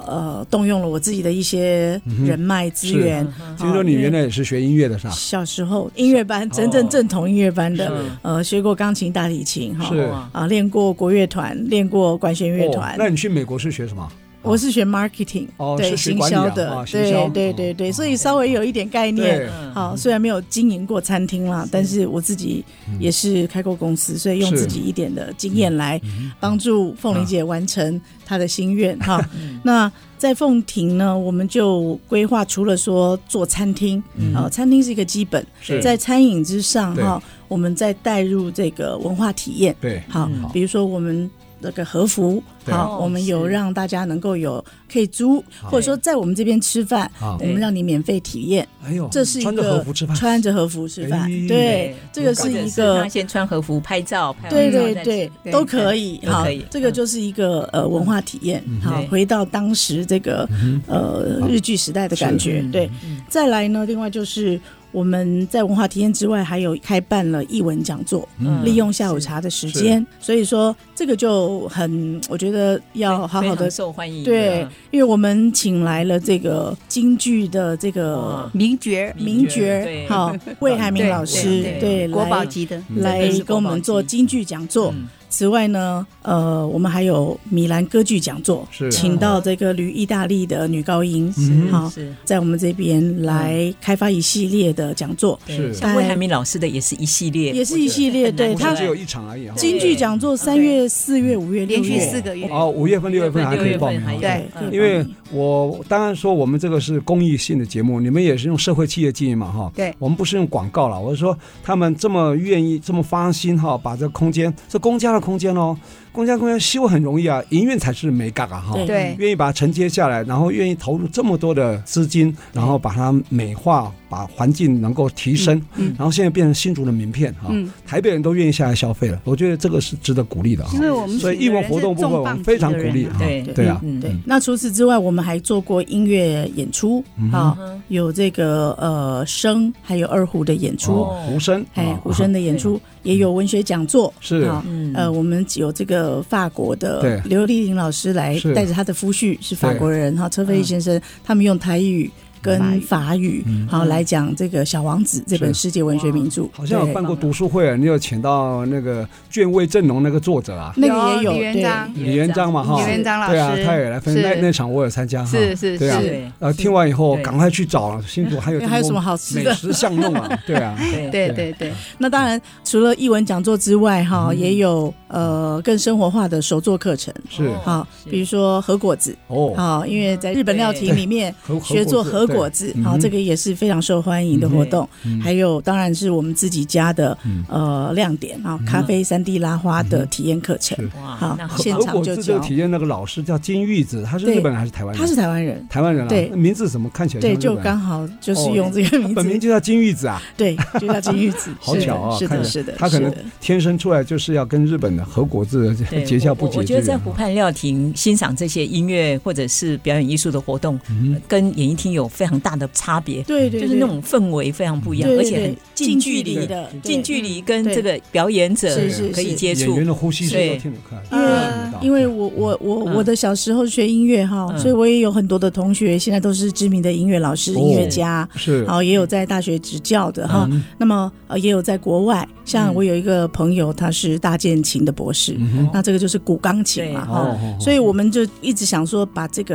D: 呃，动用了我自己的一些人脉资源。啊
A: 听说你原。
D: 因为
A: 来也是学音乐的是吧？
D: 小时候音乐班，真正正统音乐班的，
B: 嗯
D: 呃，学过钢琴、大提琴，哈，
A: 是
D: 啊，练过国乐团，练过管弦乐
A: 哦
D: 团。
A: 那你去美国是学什么？
D: 我是学 marketing，、
A: 哦
D: 对，
A: 是学
D: 行
A: 管理啊
D: 销的，
A: 啊行销
D: 对对对对，所以稍微有一点概念。
A: 对，
D: 好，虽然没有经营过餐厅啦，但是我自己也是开过公司，所以用
A: 嗯是嗯
D: 自己一点的经验来帮助凤玲姐完成她的
A: <laughs>
D: 心愿哈。
A: 嗯
D: 那在凤亭呢，我们就规划除了说做餐厅，呃，餐厅是一个基本
A: 嗯是，
D: 在餐饮之上
A: 对
D: 哈，我们再带入这个文化体验。
A: 对，
D: 好，比如说我们那个和服，
A: 嗯对哦
D: 好，我们有让大家能够有可以租，
A: 好
D: 或者说在我们这边吃饭，
A: 啊
D: 我，们让你免费体验，
A: 哎呦，
D: 这是一
A: 穿着和
D: 个
A: 服吃饭，
D: 穿着和服吃饭
A: 哎，
D: 对，这个是
B: 或者
D: 一
B: 是 <laughs>
D: 个
B: 他先穿和服拍照，拍完
D: 对
B: 照
D: 对
B: 再
D: 对
B: 去，
D: 都可以
B: 都
D: 哈
B: 可以。
D: 这个
B: 嗯
D: 就是一个呃文化体验，好
B: 对，
D: 回到当时这个
A: 嗯
D: 呃
A: 好
D: 日剧时代的感觉
B: 是。
D: 对
B: 嗯嗯，
D: 再来呢，另外就是我们在文化体验之外，还有开办了译文讲座，
B: 嗯
D: 利用下午茶的时间，所以说这个就很，我觉得要好
B: 非
D: 好
B: 常
D: 的。
B: 受欢迎，
D: 对，因为我们请来了这个京剧的这个
B: 哇
C: 名角
B: 名
D: 名
B: 角
D: 角
B: 对，
D: 好，魏海明
B: 对
D: 老师
B: 对，
D: 对，
C: 国
D: 来
C: 宝级的，
D: 来跟我们做京剧讲座。
B: 嗯
D: 此外呢，呃，我们还有米兰歌剧讲座，
A: 是
D: 请到这个旅意大利的女高音，
A: 嗯
D: 好，
B: 是
D: 在我们这边来开发一系列的讲座，
A: 是
B: 对，像魏海明老师的也是一系列，
D: 也是一系列。
B: 很难
D: 对
B: 得
A: 不是
D: 他
A: 只有一场而已哈。
D: 京剧讲座三月、四月、五月、六
C: 连续
D: 月，
C: 四个月，
A: 哦，五月份、六月份还可以报名
B: 六月份还
A: 哈。
B: 有
C: 对
B: 嗯
A: 因为我当然说我们这个是公益性的节目，你们也是用社会企业经营嘛，哈。
C: 对
A: 我们不是用广告了，我是说他们这么愿意、这么发心哈，把这空间，这公家的空间哦，公家空间修很容易啊，营运才是没干啊哈。
D: 对
C: 对
A: 愿意把它承接下来，然后愿意投入这么多的资金，然后把它美化，把环境能够提升，
C: 嗯嗯
A: 然后现在变成新竹的名片哈、
C: 嗯，
A: 台北人都愿意下来消费了，我觉得这个是值得鼓励的哈
C: 因。为我们
A: 所以义文活动部分我们非常鼓励哈，
B: 对
A: 对啊，
B: 嗯
D: 对，那除此之外，我们还做过音乐演出
A: 嗯
D: 啊
B: 嗯，
D: 有这个呃笙，还有二胡的演出，
A: 哦无声，
D: 哎，
A: 啊
D: 胡笙的演出，也有文学讲座，
A: 是
D: 啊
B: 嗯
D: 呃，我们有这个法国
A: 对
D: 的刘丽玲老师来
A: 是
D: 带着她的夫婿是法国人哈，车飞利先生，他们用台语跟法语
A: 嗯
D: 好来讲这个《小王子》这本
A: 是
D: 世界文学名著，
A: <laughs> 好像有
D: 对
A: 办过读书会，你有请到那个卷味正浓那个作者啊，
D: 那个也有
C: 李元
D: 对
C: 璋，
A: 李元璋嘛哈，
C: 李元璋老师，
A: 对啊，他也来分
C: 是
A: 那那场我有参加哈，
C: 是是
A: 对啊
C: 是，
B: 对
A: 呃，听完以后
B: 对
A: 赶快去找新竹还有
D: 因为还有什么好吃
A: 美
D: 的？
A: 食巷弄啊，对
D: <laughs>
A: 啊，
B: 对
C: 对对对，
D: 那当然，除了译文讲座之外，哈，
A: 嗯
D: 也有呃更生活化的手作课程，
A: 是
B: 哦
D: 好，
B: 是
D: 比如说和果子，
A: 哦，
D: 好，因为在日本料
B: 对
D: 亭里面
A: 和
D: 学做和果
A: 子，
D: 子
A: 对，
D: 好，
A: 嗯
D: 这个也是非常受欢迎的活动。
A: 嗯
D: 还有当然是我们自己家的
A: 嗯
D: 呃亮点啊，咖啡三 D 拉花的体验课程
A: 是。
B: 哇
D: 好，
B: 那
D: 现
A: 和
D: 场
A: 果
D: 就
A: 子这个
D: 教
A: 体验那个老师叫金玉子，他是
D: 对
A: 日本人还是台湾人？
D: 他是台湾人，
A: 台湾人啊，
D: 对
A: 那名字怎么看起来像
D: 对，
A: 日本
D: 就
A: 人？哦哎
D: 刚好就是用这个名
A: 本名
D: 字，
A: 就叫金玉子啊，，
D: <laughs> 对，就叫金玉子
A: <laughs> 好
D: 是的
A: 巧啊
D: 是
A: 看
D: 的，
A: 着
D: 是的，
A: 他可能
D: 是的
A: 天生出来就是要跟日本的和果子
B: 对
A: <laughs> 结下不
B: 我我
A: 解
B: 我
A: 之
B: 觉得在
A: 缘
B: 湖
A: 啊。
B: 畔料亭欣赏这些音乐或者是表演艺术的活动，
A: 嗯
B: 跟演艺厅有非常大的差别，
D: 对对，
B: 就是那种氛围非常不一样，
D: 对对
B: 而且很
D: 对
B: 近
D: 近
B: 距
D: 距
B: 离的，
D: 离的
B: 近距离跟这个表演者
D: 是是
B: 可以
D: 是
B: 接
A: 演
B: 触
A: 员，的呼吸声都
B: 对
A: 听得出来，
D: 因为
C: 呃
A: 听得到
D: 因为我我我
B: 嗯
D: 我的小时候学音乐哈，
B: 嗯
D: 所以我也有很多的同学现在都是知名的音乐老师、
A: 哦
D: 音乐家，
A: 是
D: 然后哦也有在大学执教的哈。
A: 嗯
D: 那么呃，也有在国外，像
B: 嗯
D: 我有一个朋友，他是大键琴的博士，
A: 嗯哼
D: 那这个就是古钢琴嘛
B: 对
D: 哈。
A: 哦
D: 所以我们就一直想说，把这个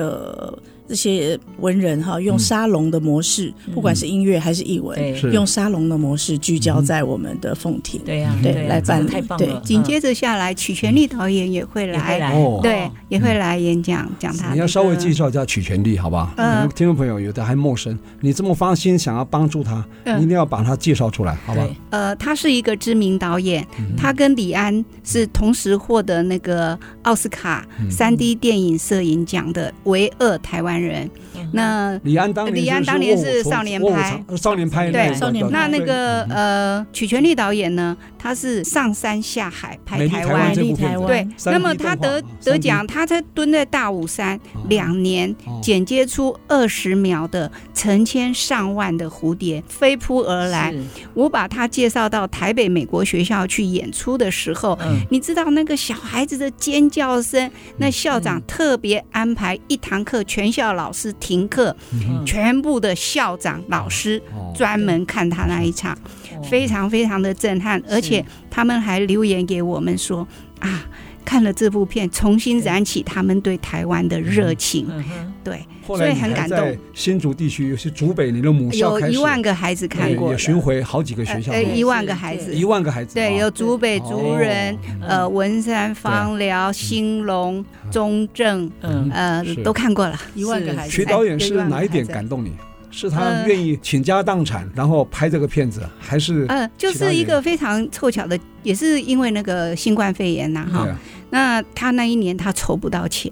D: 呃这些文人哈，
A: 嗯
D: 用沙龙的模式，不管是音乐还是艺文，
B: 对
A: 是
D: 用沙龙的模式聚
A: 嗯
D: 焦在我们的凤亭。
B: 对呀，
D: 对
B: 呀
D: 来
B: 这
D: 办
B: 个
D: 理
B: 太棒
D: 对
B: 了，
C: 紧
B: 嗯
C: 接着下来，曲
A: 嗯
C: 全力导演也
B: 也
C: 会
B: 会
C: 来，
B: 来
A: 哦
C: 对，也会来演讲讲他。
A: 你要稍微介，绍一下曲权利，好吧？
C: 嗯
A: 可能听众朋友有的还陌生，你这么发心想要帮助他，
C: 嗯
A: 你一定要把他介绍出来，好吧？
C: 呃，他是一个知名导演，
A: 嗯
C: 他跟李安是同时获得那个奥斯卡
A: 嗯
C: 三 D 电影摄影奖的唯二台湾人。
B: 嗯
C: 那
A: 李安当年
C: 李安
A: 就是
C: 当年
A: 卧虎
C: 是
A: 藏
C: 少年
A: 卧虎
C: 派
A: 藏呃少年派那
C: 对
A: 个
D: 少年派
C: 那那个
A: 嗯
C: 呃，曲全力导演呢，他是上山下海
A: 美
C: 拍
A: 丽
C: 台
A: 台湾
C: 湾
A: 这。部
D: 美丽
A: 片
D: 台
A: 子，
D: 湾
C: 对，
A: 3D
C: 那么他
A: 动画
C: 得
A: 嘛
C: 得
A: 3D
C: 奖，他才蹲在大武山
A: 哦
C: 两年，
A: 哦
C: 剪接出二十苗的成千上万的蝴蝶飞扑而来。
B: 是
C: 我把他介绍到台北美国学校去演出的时候，
B: 嗯
C: 你知道那个小孩子的尖叫声，那校长特别安排一堂课，全校老师停课，
B: 嗯
C: 全部的校长老师
A: 哦
C: 专门看他那一场，
B: 嗯
C: 非常非常的震撼，而且他们还留言给我们说啊。看了这部片，重新燃起他们对台湾的热情。
B: 嗯哼
C: 对，
A: 后来
C: 所以很
A: 你还
C: 感动
A: 在新竹地区，尤其竹北，你的母校
C: 有
A: 开始
C: 一万个孩子看
A: 也
C: 过
A: 也
C: 了，
A: 巡回好几个
C: 呃
A: 学校，
C: 呃
A: 哦
C: 一万个孩子，
A: 一万个孩子，
C: 对，有
A: 哦
C: 竹北、竹人、，
A: 哦
C: 呃，文山、芳寮、兴隆、中正，
B: 嗯
C: 呃
A: 是，
C: 都看过了。
D: 一万个孩子
A: 曲，导演是
C: 哎
A: 哪一点感动你？是
C: 嗯
A: 他愿意倾家荡产，然后拍这个片子，还是
C: 呃，就
A: 其他
C: 是一
A: 原因
C: 个非常凑巧的，也是因为那个新冠肺炎呐、
A: 对哦
C: 哈、
A: 啊
C: 那他那一年他筹不到钱，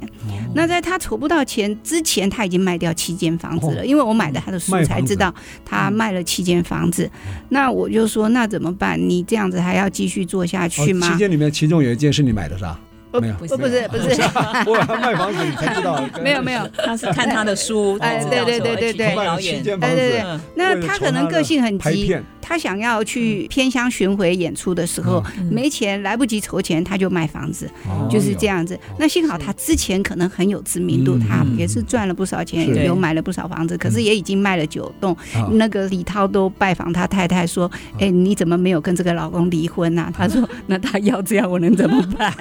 C: 那在他筹不到钱之前，他已经卖掉七间房子
A: 哦
C: 了，因为我买的他的书
A: 卖
C: 才
A: 房
C: 知
A: 子嗯
C: 道他卖了七间房子。那我就说那怎么办？你这样子还要继续做下去
A: 哦
C: 吗哦
A: 期？间里面，其中有一件是你买的是吧？没有，
B: 不
C: 不不是不是， <laughs>
A: 我卖房子你才知道，
C: 没有没有，
B: 他是看他的书，
C: 哎
B: 才知道
C: 对
B: 说
C: 对对
B: 哎
C: 对
B: 距
C: 对
B: 离老
A: 七
B: 远，
A: 间房
C: 哎对
A: 子
C: 对
B: 嗯
C: 那
A: 为了
C: 他
A: 筹
C: 可能
A: 他的
C: 个性很
A: 拍
C: 急，
A: 片，
C: 他想要
A: 嗯
C: 去偏乡巡回演出的时候，没钱来不及筹钱，他就卖房子，
A: 哦
C: 就是这。样子。那幸好
B: 是
C: 他之前可能很有知名度，
A: 嗯
C: 他
A: 嗯
C: 也是赚了不少钱，
A: 是
C: 有买了不少房子，可是也已经卖了九栋。
A: 啊
C: <laughs> 那个李涛都拜访他太太说：“哎、
A: 哦
C: 你怎么没有跟这个老公离婚
A: <laughs>
C: 呐、啊？”他说：“那他要这样，我能怎么办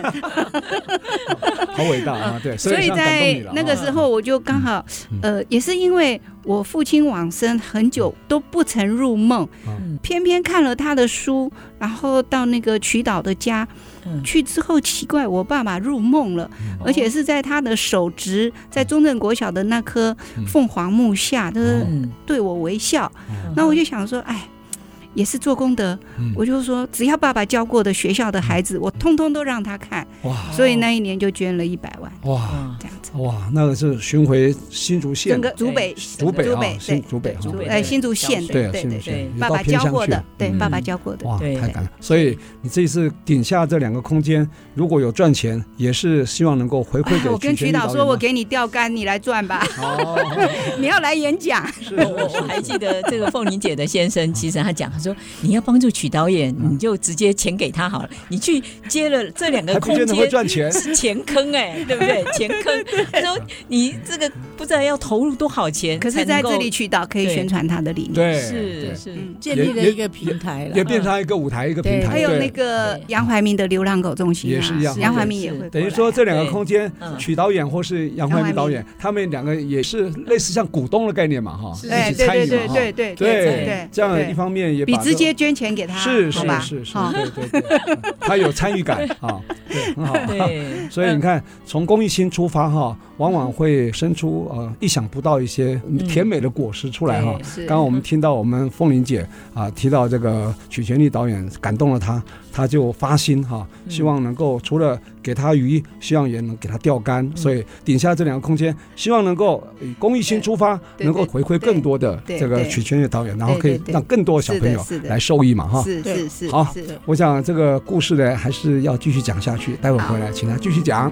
A: 好伟大啊！对，？”
C: 所
A: 以
C: 以
A: 这样感动你
C: 在
A: 了嗯
C: 那个
A: 啊
C: 时候，我就刚好，呃，也是因为我父亲往生很久都不曾入梦，
A: 嗯
C: 偏偏看了他的书，然后到那个曲岛的家、
B: 嗯
C: 去之后，奇怪，我爸爸入梦了，
A: 嗯
C: 而且是在他的手植，在中正国小的那棵
A: 嗯
C: 凤凰木下，就是
B: 嗯，
C: 对我微笑。
A: 嗯
C: 那我就想说，哎，也是做功德，
A: 嗯
C: 我就说只要爸爸教过的学校的孩子，我通通都让他看，
A: 哇
C: 所以那一年就捐了一百万
A: 哇
B: 嗯
C: 这样子，
A: 哇，那个是巡回新竹县
C: 整个竹北
A: 竹北
C: 竹
A: 啊，
C: 北
A: 哎新
C: 对
A: 竹北
C: 竹
A: 哈，
C: 北
B: 对
C: 哎新竹县
B: 小
A: 对
C: 对
A: 啊，
C: 对
A: 新竹
C: 对，
B: 对
A: 县，
C: 爸爸教过的，对
A: 嗯
C: 爸爸教过的，
A: 哇，
B: 对
A: 太感了！所以你这一次顶下这两个空间，如果有赚钱，也是希望能够 <laughs> 回馈
C: 哎
A: 给
C: 我跟
A: 曲
C: 曲
A: 导
C: 导说，我给你钓竿，你来
A: <laughs>
C: 赚吧，
A: 好，
C: <laughs> 你要来演讲，
A: 是
B: 我我我还记得这个凤玲姐的先生，其实他讲，他说你要帮助曲导演，你就直接钱给他好了，你去接了这两个
A: 还不
B: 空
A: 见得会
B: 间。
A: 赚钱，
B: 是钱坑哎、对不
C: <laughs>
B: 对？钱坑。他说你这个不知道要投入多少钱，
C: 可是在这里曲导可以宣传他的理念，
A: 对，
B: 是
A: 对，
B: 是
C: 嗯。
D: 建立了一个平台了
A: 也。变成一个舞台，一个平
D: 对
A: 台，
C: 还有
A: 对
C: 那个杨怀民的流浪狗中心
A: 也
C: 啊
A: 是一样，
C: 杨怀
A: 对
C: 民也
B: 是
C: 会
A: 等于
C: 过来
A: 说
C: 啊
A: 这两个空间
B: 对，嗯
A: 曲导演或是杨怀民导演，他们两个也是类似像股东的概念嘛，哈，
D: 是
A: 一
C: 哎，
A: 起
C: 对
A: 参
C: 对
A: 与嘛，
C: 对
A: 哈，
C: 对对
A: 对
C: 对，
A: 这样
C: 对
A: 一方面也
C: 比
A: 把
C: 直
A: 这
C: 接捐钱给他
A: 是
C: 好
A: 是
C: 吧？
A: 是是，
C: 好
A: 对对对，嗯他有参与
C: <laughs>
A: 感啊，对，很好。 <laughs>
B: 对，
A: 所以你看，从公益心出发哈，往往会生出呃意想不到一些甜美的果实出来哈。
B: 对
C: 嗯是
A: 刚刚我们听到我们凤玲姐啊提到这个曲全力导演感动了她，她就发心哈、
B: 嗯
A: 希望能够除了给她鱼，希望也能给她钓竿，
C: 嗯
A: 所以顶下这两个空间，希望能够以公益心出发，
C: 对对
A: 能够回馈更多的
C: 对
A: 这个
C: 对
A: 曲全力导演，然后
C: 对
A: 可以
C: 对对
A: 让更多的小朋友
C: 是的是的
A: 来受益嘛哈。
C: 是是是，
A: 好
C: 是
A: 我想这个故事呢，还是要继续讲下去，待会儿回来请她继续讲。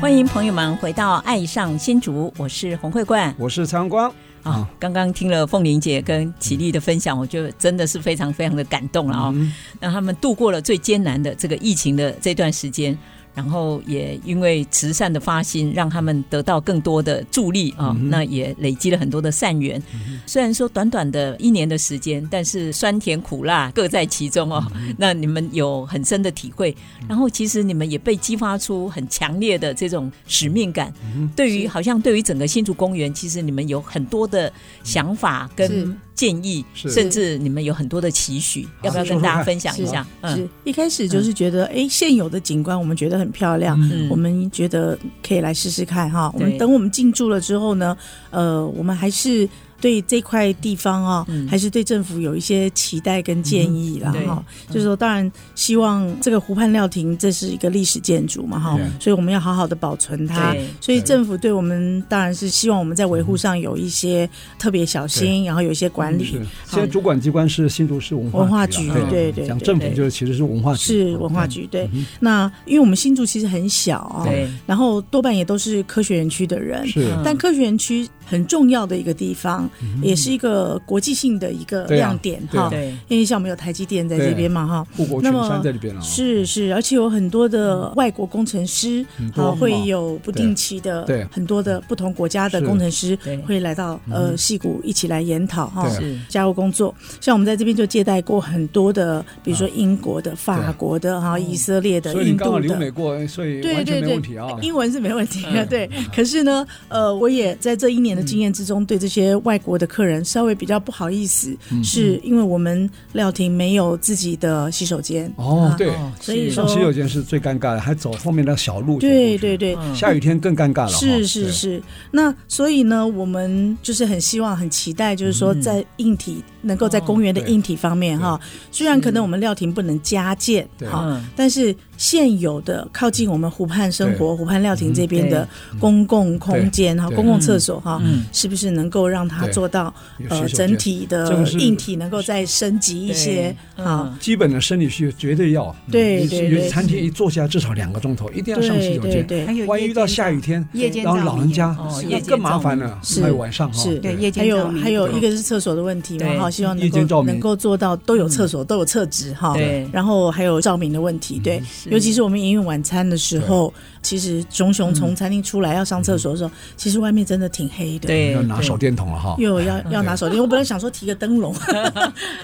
B: 欢迎朋友们回到《爱上新竹》，我是洪慧冠。
A: 我是蔡阳光，
B: 啊、
A: 啊
B: 刚刚听了凤玲姐跟绮丽的分享，我觉得真的是非常非常的感动了啊、
A: 嗯
B: 让他们度过了最艰难的这个疫情的这段时间，然后也因为慈善的发心，让他们得到更多的助力啊、
A: 嗯哼嗯
B: 那也累积了很多的善缘。虽然说短短的一年的时间，但是酸甜苦辣各在其中哦。
A: 嗯
B: 那你们有很深的体会，然后其实你们也被激发出很强烈的这种使命感。
A: 嗯
B: 对于好像对于整个新竹公园，其实你们有很多的想法
D: 是
B: 跟建议，
A: 是
B: 甚至你们有很多的期许，
A: 好
B: 要不要
A: 说说
B: 跟大家
A: 看
B: 分享一下？嗯
D: 是一开始就是觉得，哎，现有的景观我们觉得很漂亮，
B: 嗯
D: 我们觉得可以来试试看哈。我们
B: 对
D: 等我们进驻了之后呢，呃，我们还是对这块地方啊、
B: 嗯
D: 还是对政府有一些期待跟建议啦
B: 嗯对
D: 哈、就是说，当然希望这个湖畔料亭这是一个历史建筑嘛哈、
A: 对
D: 所以我们要好好的保存它
B: 对。嗯
D: 所以政府对我们当然是希望我们在维护上有一些特别小心，然后有一些管理
A: 嗯
B: 嗯
A: 是。，现在主管机关是新竹市文
D: 文
A: 化
D: 化
A: 局
D: 局
A: 啦，
D: 对对
A: 讲
D: 对
A: 政府
B: 对
A: 就是其实是文化局，
D: 是文化
A: 对。
D: 局对
A: 嗯哼，
D: 那因为我们新竹其实很小啊、
B: 对，
D: 然后多半也都是科学园区的人，
A: 是嗯
B: 嗯
D: 但科学园区很重要的一个地方，方，也是一个国际性的一个
A: 对啊
D: 亮点
A: 对啊
D: 哈。
B: 对，
D: 因为像我们有台积电在这边嘛哈，
A: 护国群山在里边啊，
D: 是是，而且有很多的外国工程师，
A: 很多
D: 好
A: 嘛
D: 会有不定期的，
A: 对
D: 很多的不同国家的
A: 是
D: 工程师
B: 对
D: 会来到呃戏谷一起来研讨哈
A: 对啊
B: 是
D: 加入工作。像我们在这边就接待过很多的，比如说英国的、
A: 对
D: 法
A: 啊
D: 国的哈、以色列的、
A: 所以
D: 印
A: 你刚好
D: 度
A: 留美
D: 的。
A: 过，所以
D: 对
A: 完全
D: 对
A: 没
D: 对
A: 问题啊，。
D: 英文是没问题的，
B: 嗯
D: 对。可是呢，呃，我也在这一年的经验之中，对这些外国的客人稍微比较不好意思，
A: 嗯
D: 是因为我们料亭没有自己的洗手间。
A: 哦，对，
B: 哦
D: 所以
B: 是
D: 说
A: 上洗手间是最尴尬的，还走后面的小路走过
D: 对
A: 去，
D: 对对，
B: 嗯
A: 下雨天更尴尬了哈，
D: 是是
A: 对，
D: 是，那所以呢，我们就是很希望、很期待，就是说在硬体、能够在公园的
A: 嗯哦对
D: 硬体方面哈，虽然
B: 是
D: 可能我们料亭不能加建
A: 对
D: 哈，
B: 嗯
D: 但是现有的靠近我们湖畔生活、湖畔料亭这边的公共空间哈、
A: 嗯对
D: 公共厕所哈，
B: 嗯
D: 是不是能够让它
A: 对
D: 做到
A: 有洗
D: 呃
A: 手间
D: 整体
A: 这
D: 的
A: 个是
D: 硬体能够再升级一些
B: 对
D: 啊？
A: 基本的生理需求绝对要，嗯
D: 对
A: 你
D: 对
A: 你
D: 对
A: 餐厅一坐下来至少两个钟头，一定要上洗
D: 对
A: 手
D: 对
A: 间，
C: 还
D: 对，
C: 有
A: 万一遇到下
C: 雨，
A: 雨天，
C: 夜间
A: 然后老人家
B: 哦
A: 是
B: 夜
A: 那
B: 间
A: 更麻
B: 照
A: 烦
B: 明
A: 了，
D: 是
A: 还有晚上哈，
D: 是
C: 对
A: 对
C: 夜间
D: 还有
C: 照明
D: 还有
A: 对
D: 一个是厕所的问题嘛，
B: 对
D: 哈，希望
A: 夜
D: 能
A: 间照
D: 够
A: 明
D: 能够做到都有厕所、都有厕纸哈，
B: 对
D: 然后还有照明的问题，对，尤其是我们营运晚餐的时候，其实熊熊从餐厅出来要上厕所的时候，其实外面真的挺黑的，，
B: 对
A: 要拿
B: 对
A: 手电筒了哈，
D: 又有要要拿手电，我本来想说提个灯笼，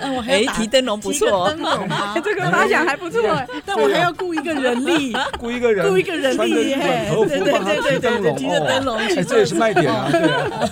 D: 但我还
B: 哎
D: 要打
B: 提灯笼不
D: 提个
B: 错
D: 灯，笼啊，
C: 这个发想还不错，哎
D: 但我还要雇一个人力，
A: 雇一个人，
D: 雇一个人
A: 穿着
D: 力
A: 日本和服，
D: 对对
A: 帮他
D: 对对
A: 提灯笼，
D: 对提着灯 <laughs> 笼
A: 哦
D: 去
A: 哎这也是卖点啊，对
D: <laughs>
A: 啊。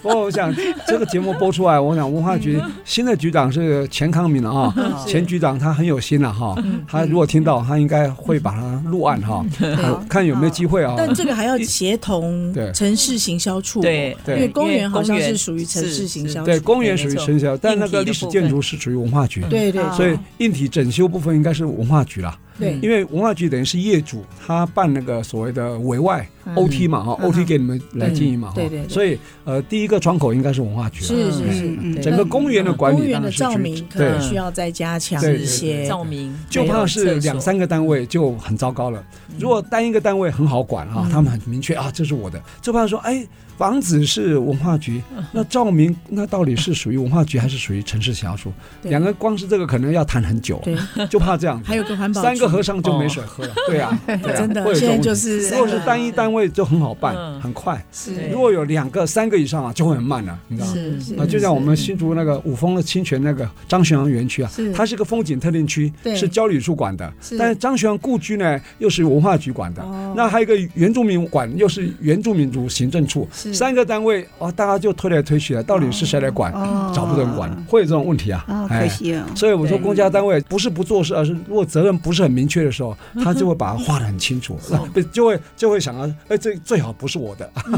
A: 不过我想这个节目播出来，我想文化局
D: 嗯
A: 新的局长是钱康明了啊，前局长他很有心了哈，
D: 嗯
A: 他如果听到，他应该会把它录案哈，啊看有没有机会啊。
D: 但这个还要协同
A: 对
D: 城市行销处，哦
B: 对
D: 因
A: 对
D: 为公
B: 因为
D: 园好
B: 公
D: 像
B: 园
D: 是属于城市
B: 是
D: 行销处，
A: 对，公园属于
B: 没错
A: 生肖，但那个
B: 硬体的
A: 历史
B: 部分
A: 建筑是属于文化局，
D: 对对
A: 嗯啊所以硬体整修部分应该是文化局啦。
D: 对
A: 因为文化局等于是业主，他办那个所谓的委外
D: 嗯
A: OT 嘛哈，OT 给你们来经营嘛哈，
D: 对对对
A: 所以呃，第一个窗口应该是文化局了，
D: 是是是，
C: 嗯
A: 整个公园的管
D: 公
A: 理
D: 园
A: 当
D: 的
A: 然是
D: 照
A: 局
D: 明可
A: 对
D: 能，需要再加强
A: 对
D: 一些。
B: 照明，哎
A: 就
B: 还有
A: 怕是
B: 厕所
A: 两三个单位就很糟糕了。
D: 嗯
A: 如果单一个单位很好管啊，他们很明确啊，这是我的，就怕说哎，房子是文化局，
D: 嗯
A: 那照明那到底是属于文化局还是属于城市小署？
D: 对
A: 两个光是这个可能要谈很久，
D: 对，
A: 就怕这样。
D: 还有个环保
A: 三个
D: 局
A: 和尚就没水喝了，对啊，对啊
D: 真的
A: 会有这
D: 现
A: 种问
D: 在
A: 题
D: 就是
A: 如果
D: 三
A: 是
D: 个
A: 单一单位就很好办，
B: 嗯
A: 很快。
B: 对
A: 如果有两个、三个以上啊，就会很慢了、你知道吗？
B: 嗯
D: 是是
A: 啊，就像我们新竹那个五峰的清泉那个张学良园区啊
D: 是，
A: 它是一个风景特定区，
D: 对
A: 是交旅处管的，
D: 是
A: 但是张学良故居呢又是文化局管的，
D: 哦
A: 那还有一个原住民管又是原住民族行政处，
D: 是
A: 三个单位哦，大家就推来推去的，到底是谁来管，
C: 哦
A: 找不到人管，会有这种问题啊，
C: 哦，可
A: 哎
C: 惜哦，
A: 所以我说，
B: 对
A: 公家单位不是不做事，而是如果责任不是很明确的时候，他就会把它画得很清楚，那不 <laughs> 就会就会想到，哎，这最好不是我的。
B: <laughs>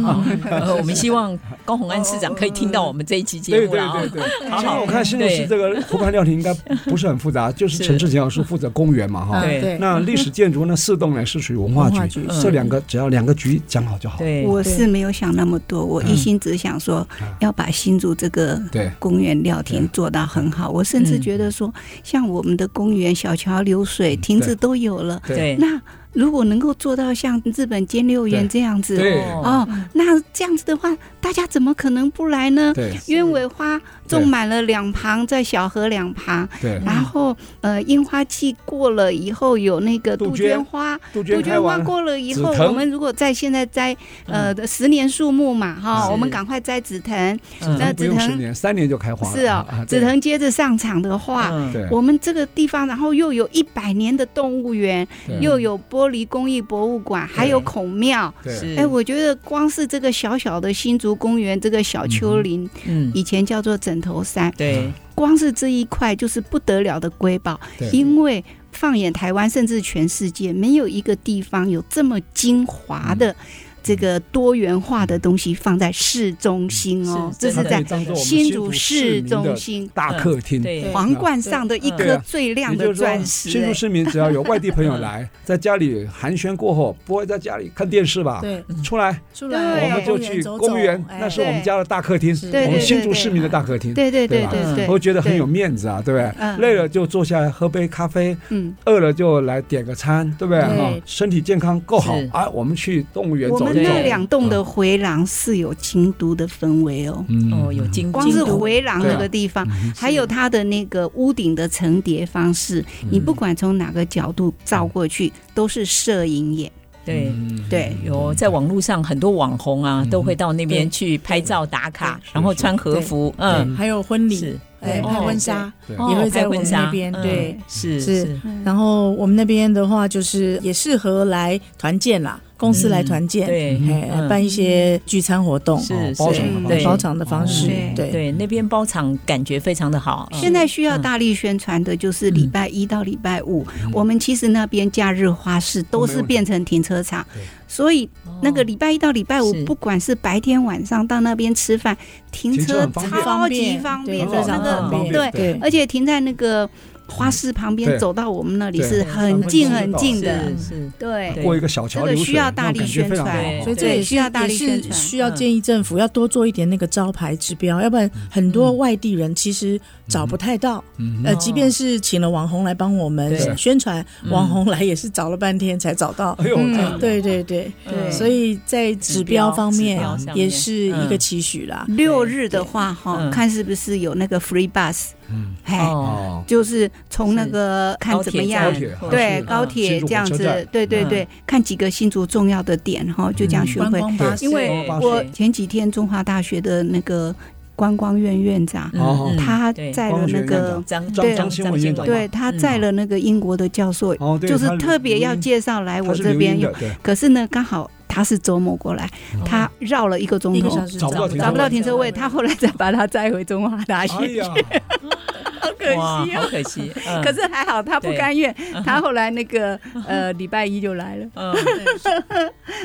B: 呃，我们希望高鸿安市长可以听到我们这一期节
A: 对
B: 目
A: 对
B: 了啊
A: 对。对，
B: 好
A: 其实我看新竹市这个湖畔料亭应该不是很复杂，就是
B: 是
A: 城市计划署负责公园嘛
D: 啊
A: 哈。
B: 对
D: 对，
A: 那历史建筑那四栋呢是属于文化
D: 文化
A: 局
D: 局，
A: 这两个只要两个局讲好就好。
B: 对，
C: 我是没有想那么多，我一心只想说
A: 嗯
C: 要把新竹这个
A: 对嗯
C: 公园料亭做到很好。我甚至
B: 嗯
C: 觉得说，像我们的公园小桥流水、
A: 嗯
C: 亭子都有了，
B: 对
C: 那如果能够做到像日本兼六园这样子，
A: 对
B: 哦
C: 哦，那这样子的话，大家怎么可能不来呢？
A: 对
C: 鸢尾花种满了两旁，在小河两旁，
A: 对，
C: 然后呃，樱花季过了以后有那个
A: 杜
C: 杜
A: 鹃
C: 鹃花，
A: 杜
C: 杜
A: 鹃开
C: 鹃花
A: 完
C: 过了以后
A: 紫，藤
C: 我们如果在现在栽呃十年树木嘛
B: 嗯
C: 哈，
B: 是
C: 我们赶快栽紫藤，
B: 嗯
C: 那
A: 不用
C: 紫藤
A: 十年，三年就开花了。
C: 是哦
A: 啊，
C: 紫。藤接着上场的话。
B: 嗯
A: 对对
C: 我们这个地方，然后又有一百年的动物园，
A: 对
C: 又有玻璃工艺博物馆，还有孔庙。
A: 对
B: 是
C: 哎，我觉得光是这个小小的新竹公园，这个小丘陵，
B: 嗯，
C: 以前叫做枕头山，
A: 嗯
B: 对
C: 光是这一块就是不得了的瑰宝。
A: 对
C: 因为放眼台湾，甚至全世界，没有一个地方有这么精华
A: 嗯
C: 的这个多元化的东西放在市中心哦，
B: 是
C: 这
A: 它
B: 真
C: 是
B: 的
A: 可以
C: 在
A: 当做我们
C: 新
A: 新
C: 竹
A: 竹
C: 市
A: 市民
C: 中
A: 的
C: 心
A: 大客厅。
B: 对，
C: 皇冠上的一
A: 对
C: 颗
A: 啊
C: 最亮
A: 也
C: 的
A: 就是说，
C: 钻
A: 啊新
C: 石
A: 竹
C: 哎。
A: 市民只要有外地朋友来， <laughs> 在家里寒暄过后，不会在家里看电视吧？
D: 对，
A: 出来
D: 出
C: 对
A: 我
D: 来
A: 们就去公园，
D: 哎
A: 那是我们家的大客厅，
D: 对
A: 我们
C: 哎对
A: 新竹
C: 对
A: 市民的大客厅。
C: 对对
A: 对
C: 对
A: 啊
C: 对
A: 我
C: 对，
A: 觉得很有面子啊，对不对？
C: 嗯
A: 累了就坐下来喝杯咖啡，
C: 嗯，
A: 饿了就来点个餐，对不对？
D: 对
A: 哈，身体健康够好
B: 是
A: 啊，我们去动物园
C: 我
A: 走
C: 那
B: 对
C: 那两栋的回廊是有京都的氛围哦。
A: 嗯
B: 哦，有京
C: 光是
B: 京都
C: 回廊
A: 对啊
C: 那个地方，还有它的那个屋顶的层叠方式，
A: 嗯
C: 你不管从哪个角度照过去，都是摄影眼。
B: 对。
A: 嗯
C: 对，
B: 有在网络上很多网红啊，都会到那边去拍照打卡，然后穿和服，嗯，
D: 对还有婚礼
B: 是，
D: 哎，
B: 哦
D: 拍婚纱，
A: 对
B: 哦
D: 也会在
B: 拍
D: 我
B: 婚
D: 们
B: 纱
D: 那边
B: 嗯
D: 对
B: 是
D: 是
B: 是，
D: 然后我们那边的话，就是也适合来团建啦，公司
A: 嗯
D: 来团建，
B: 对
D: 哎
B: 嗯
D: 办一些聚餐活动，
B: 是
A: 哦包场
C: 是
A: 的
B: 对
D: 包场的方式
C: 对，
D: 对，
B: 对，那边包场感觉非常的好，嗯
C: 现在需要大力宣传的就是礼拜一到礼拜五，我们其实那边假日花市都是变成停车场
A: 对，
C: 所以那个
B: 哦
C: 礼拜一到礼拜五
B: 是，
C: 不管是白天晚上到那边吃饭，停
A: 停车
C: 车
A: 很方便
C: 超级方
D: 对
C: 便
A: 非
C: 的，那
A: 常
C: 个
A: 方便
C: 对，
D: 对
C: 而且停在那个花市旁
A: 对
C: 边，走到我们那里
A: 对
C: 是很近很近的，
B: 是是，
C: 对。
A: 过一个小桥流水，
C: 这个需要大力
A: 那种感觉非常
C: 宣传
A: 好
B: 对
D: 所以这也
C: 对
D: 是
C: 需要大力
D: 也是
C: 宣传
D: 需要建议政府要多做一点那个招牌指标，要不然很多外地人其实找不太到。
A: 嗯
D: 呃，即便是请了网红来帮我
B: 对
D: 们宣传，
B: 嗯
D: 网红来也是找了半天才找到。
A: 哎呦，
C: 嗯
A: 这样
D: 对对对，
C: 对
D: 所以在指标方面
B: 指标上面
D: 也是一个期许啦。
C: 六日的话，
B: 嗯
C: 哈，看是不是有那个 free bus，
A: 嗯
C: 嘿，
B: 哦，
A: 哦，
C: 就是从那个哎看怎么样
B: 高，铁
A: 站
C: 对
A: 嗯
C: 高
A: 新
C: 铁
A: 竹火车
C: 这样子
A: 站，嗯
C: 对对对，看几个新竹重要的点，哈，就这样巡
A: 嗯
D: 观
C: 回。
D: 光巴士，
C: 因为
A: 对
B: 对
C: 我前几天中华大学的那个观光院院长，
A: 哦
C: 他
B: 嗯对
C: 载了那个，
B: 张
C: 张
A: 张新文院长
C: 对他载了那个英国的教授，
A: 嗯哦，对
C: 就是
A: 他
C: 特别要介绍来我
A: 他
C: 这边
A: 是留英
C: 有
A: 的，哦
C: <laughs>
A: 对，
C: 可是呢，刚好他是周末过来，他绕了一个钟
D: 一个
C: 头
D: 小。时
A: 找不到停车位
C: 嗯找不到停车位，他后来再把他载回中华大
A: 哎
C: 学， <laughs>
A: 呀，嗯
C: 好可
B: 哇，
C: 惜
B: 好
C: 哦。
B: 可惜，嗯
C: 可是还好他不
B: 对
C: 甘愿，他后来那个呃礼拜一就来了，
B: 嗯，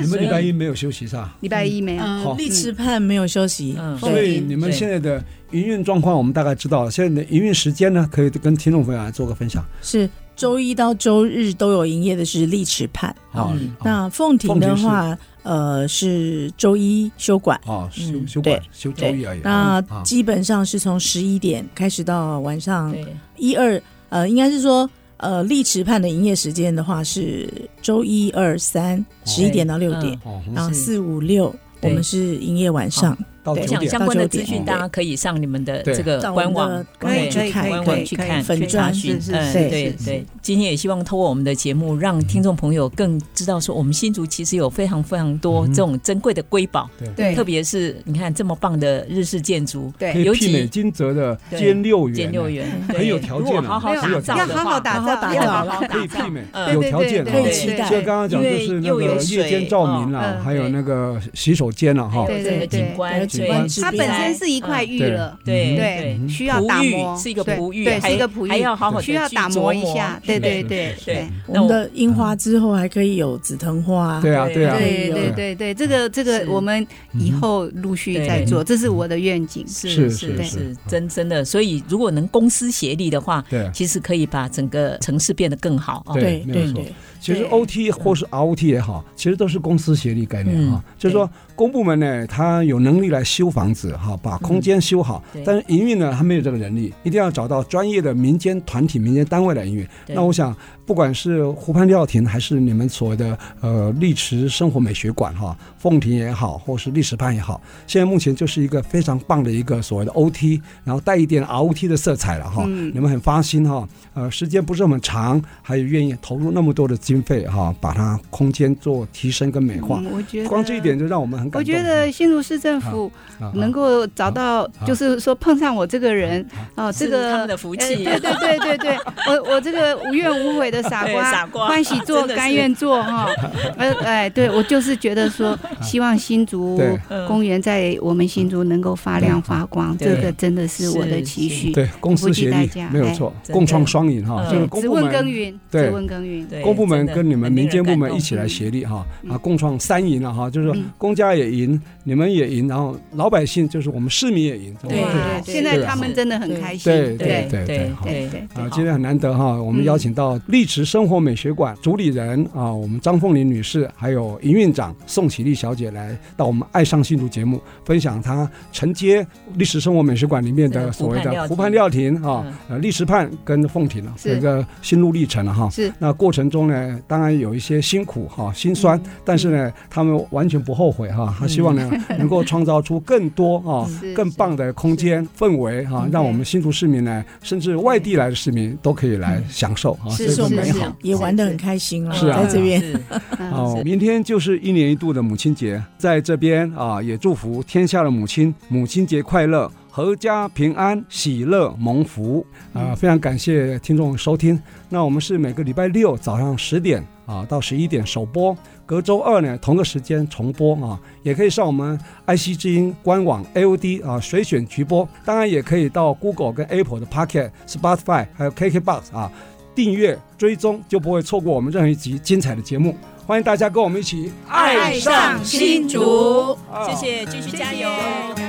A: 你们礼拜一没有休息是吧？
C: 礼拜一没有。
A: 好
D: <laughs> 呃，丽池畔没有休息，
B: 嗯
A: 所以
C: <laughs> 对
A: 你们现在的营运状况，我们大概知道了。现在的营运时间呢，可以跟听众朋友来做个分享。
D: 是周一到周日都有营业的是丽池畔。
A: 好
B: 嗯，
D: 那凤亭的话，呃，是周一休馆，
A: 哦，休
B: 嗯
A: 休馆
D: 对
A: 休周一而已。
D: 那
A: 啊
D: 基本上是从十一点开始到晚上
B: 对，
D: 一二，呃，应该是说。呃，丽池畔的营业时间的话是周一、二、三，十一点到六
B: 嗯
D: 点，
A: 哦，
D: 然后
B: 是
D: 四五六，我
B: 对
D: 们是营业晚上。
A: 到
B: 我
D: 对
A: 九
B: 想
A: 点
B: 相关的资讯，大家可以上你们的这个官网。
C: 对
D: 去看，
B: 官网去看
D: 粉
B: 去
D: 专
B: 查询，
C: 是是
B: 嗯，
C: 是
D: 是
B: 对
C: 是
B: 对。今天也希望透过我们的节目，让听众朋友更知道说，我们新竹其实有非常非常多
A: 嗯
B: 这种珍贵的瑰宝，
C: 对
B: 特别是你看这么棒的日式建筑，
C: 对
A: 可以
B: 尤
A: 媲美
B: 其
A: 金泽的
B: 对
A: 兼六园，
B: 兼六园，
A: 很
B: 对
A: 有条
B: 如果
A: 件啊
B: 好好
C: 没有
B: 打造
C: 要
B: 的话，
C: 好好打造，
D: 打
C: 要
D: 造
C: 好好
A: 可以
C: 打
A: 媲
C: 造。
A: 美，
B: 嗯
A: 有条件啊，
C: 对
D: 可
C: 对
D: 以
C: 对
D: 期待。
A: 像刚刚讲就是那
B: 因为又
A: 个
B: 有水
A: 夜间照明啦，
C: 哦嗯
A: 还有那个洗手间啦，哈，
C: 对
B: 整个
C: 对
B: 景观，
D: 对
B: 所
A: 景
B: 以
A: 观
C: 它本身是一块玉了，
A: 嗯
B: 嗯对
C: 对
B: 对，嗯
C: 需要打磨，
B: 璞玉是一个璞玉
C: 对，
B: 还
C: 是一个璞玉，
B: 还要好好地
C: 需要
B: 去
C: 打磨
B: 琢
C: 一
B: 磨
C: 下，对对对
A: 是
C: 对
D: 我们的樱花之后还可以有紫藤花，
A: 对啊，对啊，
C: 对
D: 对
C: 对对对，这个这个
B: 是嗯
C: 我们以后陆续再做，这是我的愿景。
B: 是
A: 是
B: 是
A: 是
B: 是
A: 是，
B: 真真的。所以如果能公私协力的话，
A: 对
B: 其实可以把整个城市变得更好哦。
D: 对
A: 没有
D: 对
A: 错
D: 对。
A: 其实 OT 或是 ROT 也好，其实都是公司协力概念啊，就是说公部门呢，它有能力来修房子哈，把空间修好
B: 对，
A: 但是营运呢，它没有这个能力，一定要找到专业的民间团体、民间单位来营运。
B: 对
A: 那我想，不管是湖畔料亭，还是你们所谓的呃丽池生活美学馆哈，凤亭也好，或是丽池畔也好，现在目前就是一个非常棒的一个所谓的 OT，然后带一点 ROT 的色彩了哈。
C: 嗯
A: 你们很发心哈，呃，时间不是很长，还有愿意投入那么多的经费哈，把它空间做提升跟美化
C: 嗯，，我觉得
A: 光这一点，就让我们很感动。
C: 我觉得新竹市政府
A: 啊
C: 能够找到
A: 啊，
C: 就是说碰上我这个人哦，这
B: 是他们
C: 个
B: 的福
C: 呃
B: 气，
C: 对对
B: <laughs>
C: 对对对，我我这个无怨无悔的傻
B: 对
C: 瓜，
B: 傻瓜
C: 欢喜做
B: 真的是
C: 甘愿
B: <laughs>
C: 做哈。呃，哎，对我就是觉得说，希望新竹
A: 对
C: 公园在我们新竹能够发亮发光，
B: 对
C: 这个真的是我的期许。
A: 对公司协
C: 不计
A: 力
C: 代价
A: 没有错，
B: 哎
A: 共创双赢哈，
B: 真
A: 这个
B: 的
C: 对，
A: 公
C: 只
A: 部
C: 嗯问
A: 门
C: 耕耘，
A: 对
C: 只问耕耘。
B: 对
A: 公部门跟你们民间部门一
B: 起，
A: 起来协力哈，
C: 嗯
A: 啊，共创三赢了哈，就是说
C: 嗯
A: 公家也赢，你们也赢，然后老百姓就是我们市民也赢，这种
B: 对
C: 哇
A: 最好
B: 对
C: 现在
A: 对
C: 他们真的很开心。
A: 对
B: 对
A: 对
B: 对
A: 好
C: 对对
A: 啊，今天很难得哈，我们
C: 嗯
A: 邀请到丽丽池生活美学馆主理人啊，我们张凤玲女士，还有营运长宋启丽小姐来到我们《爱上新竹》节目，分享她承接历史生活美学馆里面
B: 对
A: 的所谓
B: 湖畔料
A: 的
B: 亭
A: 湖畔料亭啊
B: 嗯，
A: 呃，历史畔跟凤亭啊，
C: 是
A: 有一个心路历程了啊哈。
C: 是
A: 那过程中呢，当然有一些辛苦哈、辛酸，但是呢，他们完全不后悔哈、他希望呢，能够创造出更多啊、
C: 是
A: 更棒的空间氛围哈、
D: 嗯
A: 让我们新竹市民呢，甚至外地来的市民都可以来享受啊，
D: 嗯是
A: 这
D: 是我
A: 个
D: 们
A: 美好。
D: 也玩得很开心了，
A: 是啊
D: 在这边。
B: 是
C: 啊，
A: 哦，明天就是一年一度的母亲节，在这边啊，也祝福天下的母亲母亲节快乐，阖家平安，喜乐蒙福啊！非常感谢听众收听。那我们是每个礼拜六早上十点啊到十一点首播，隔周二呢同个时间重播啊，也可以上我们爱惜之音官网 AOD 啊随选直播，当然也可以到 Google 跟 Apple 的 Pocket、Spotify 还有 KKBox 啊订阅追踪，就不会错过我们任何一集精彩的节目。欢迎大家跟我们一起
D: 爱上新竹
A: 啊
B: 谢谢，继续加油。
C: 谢谢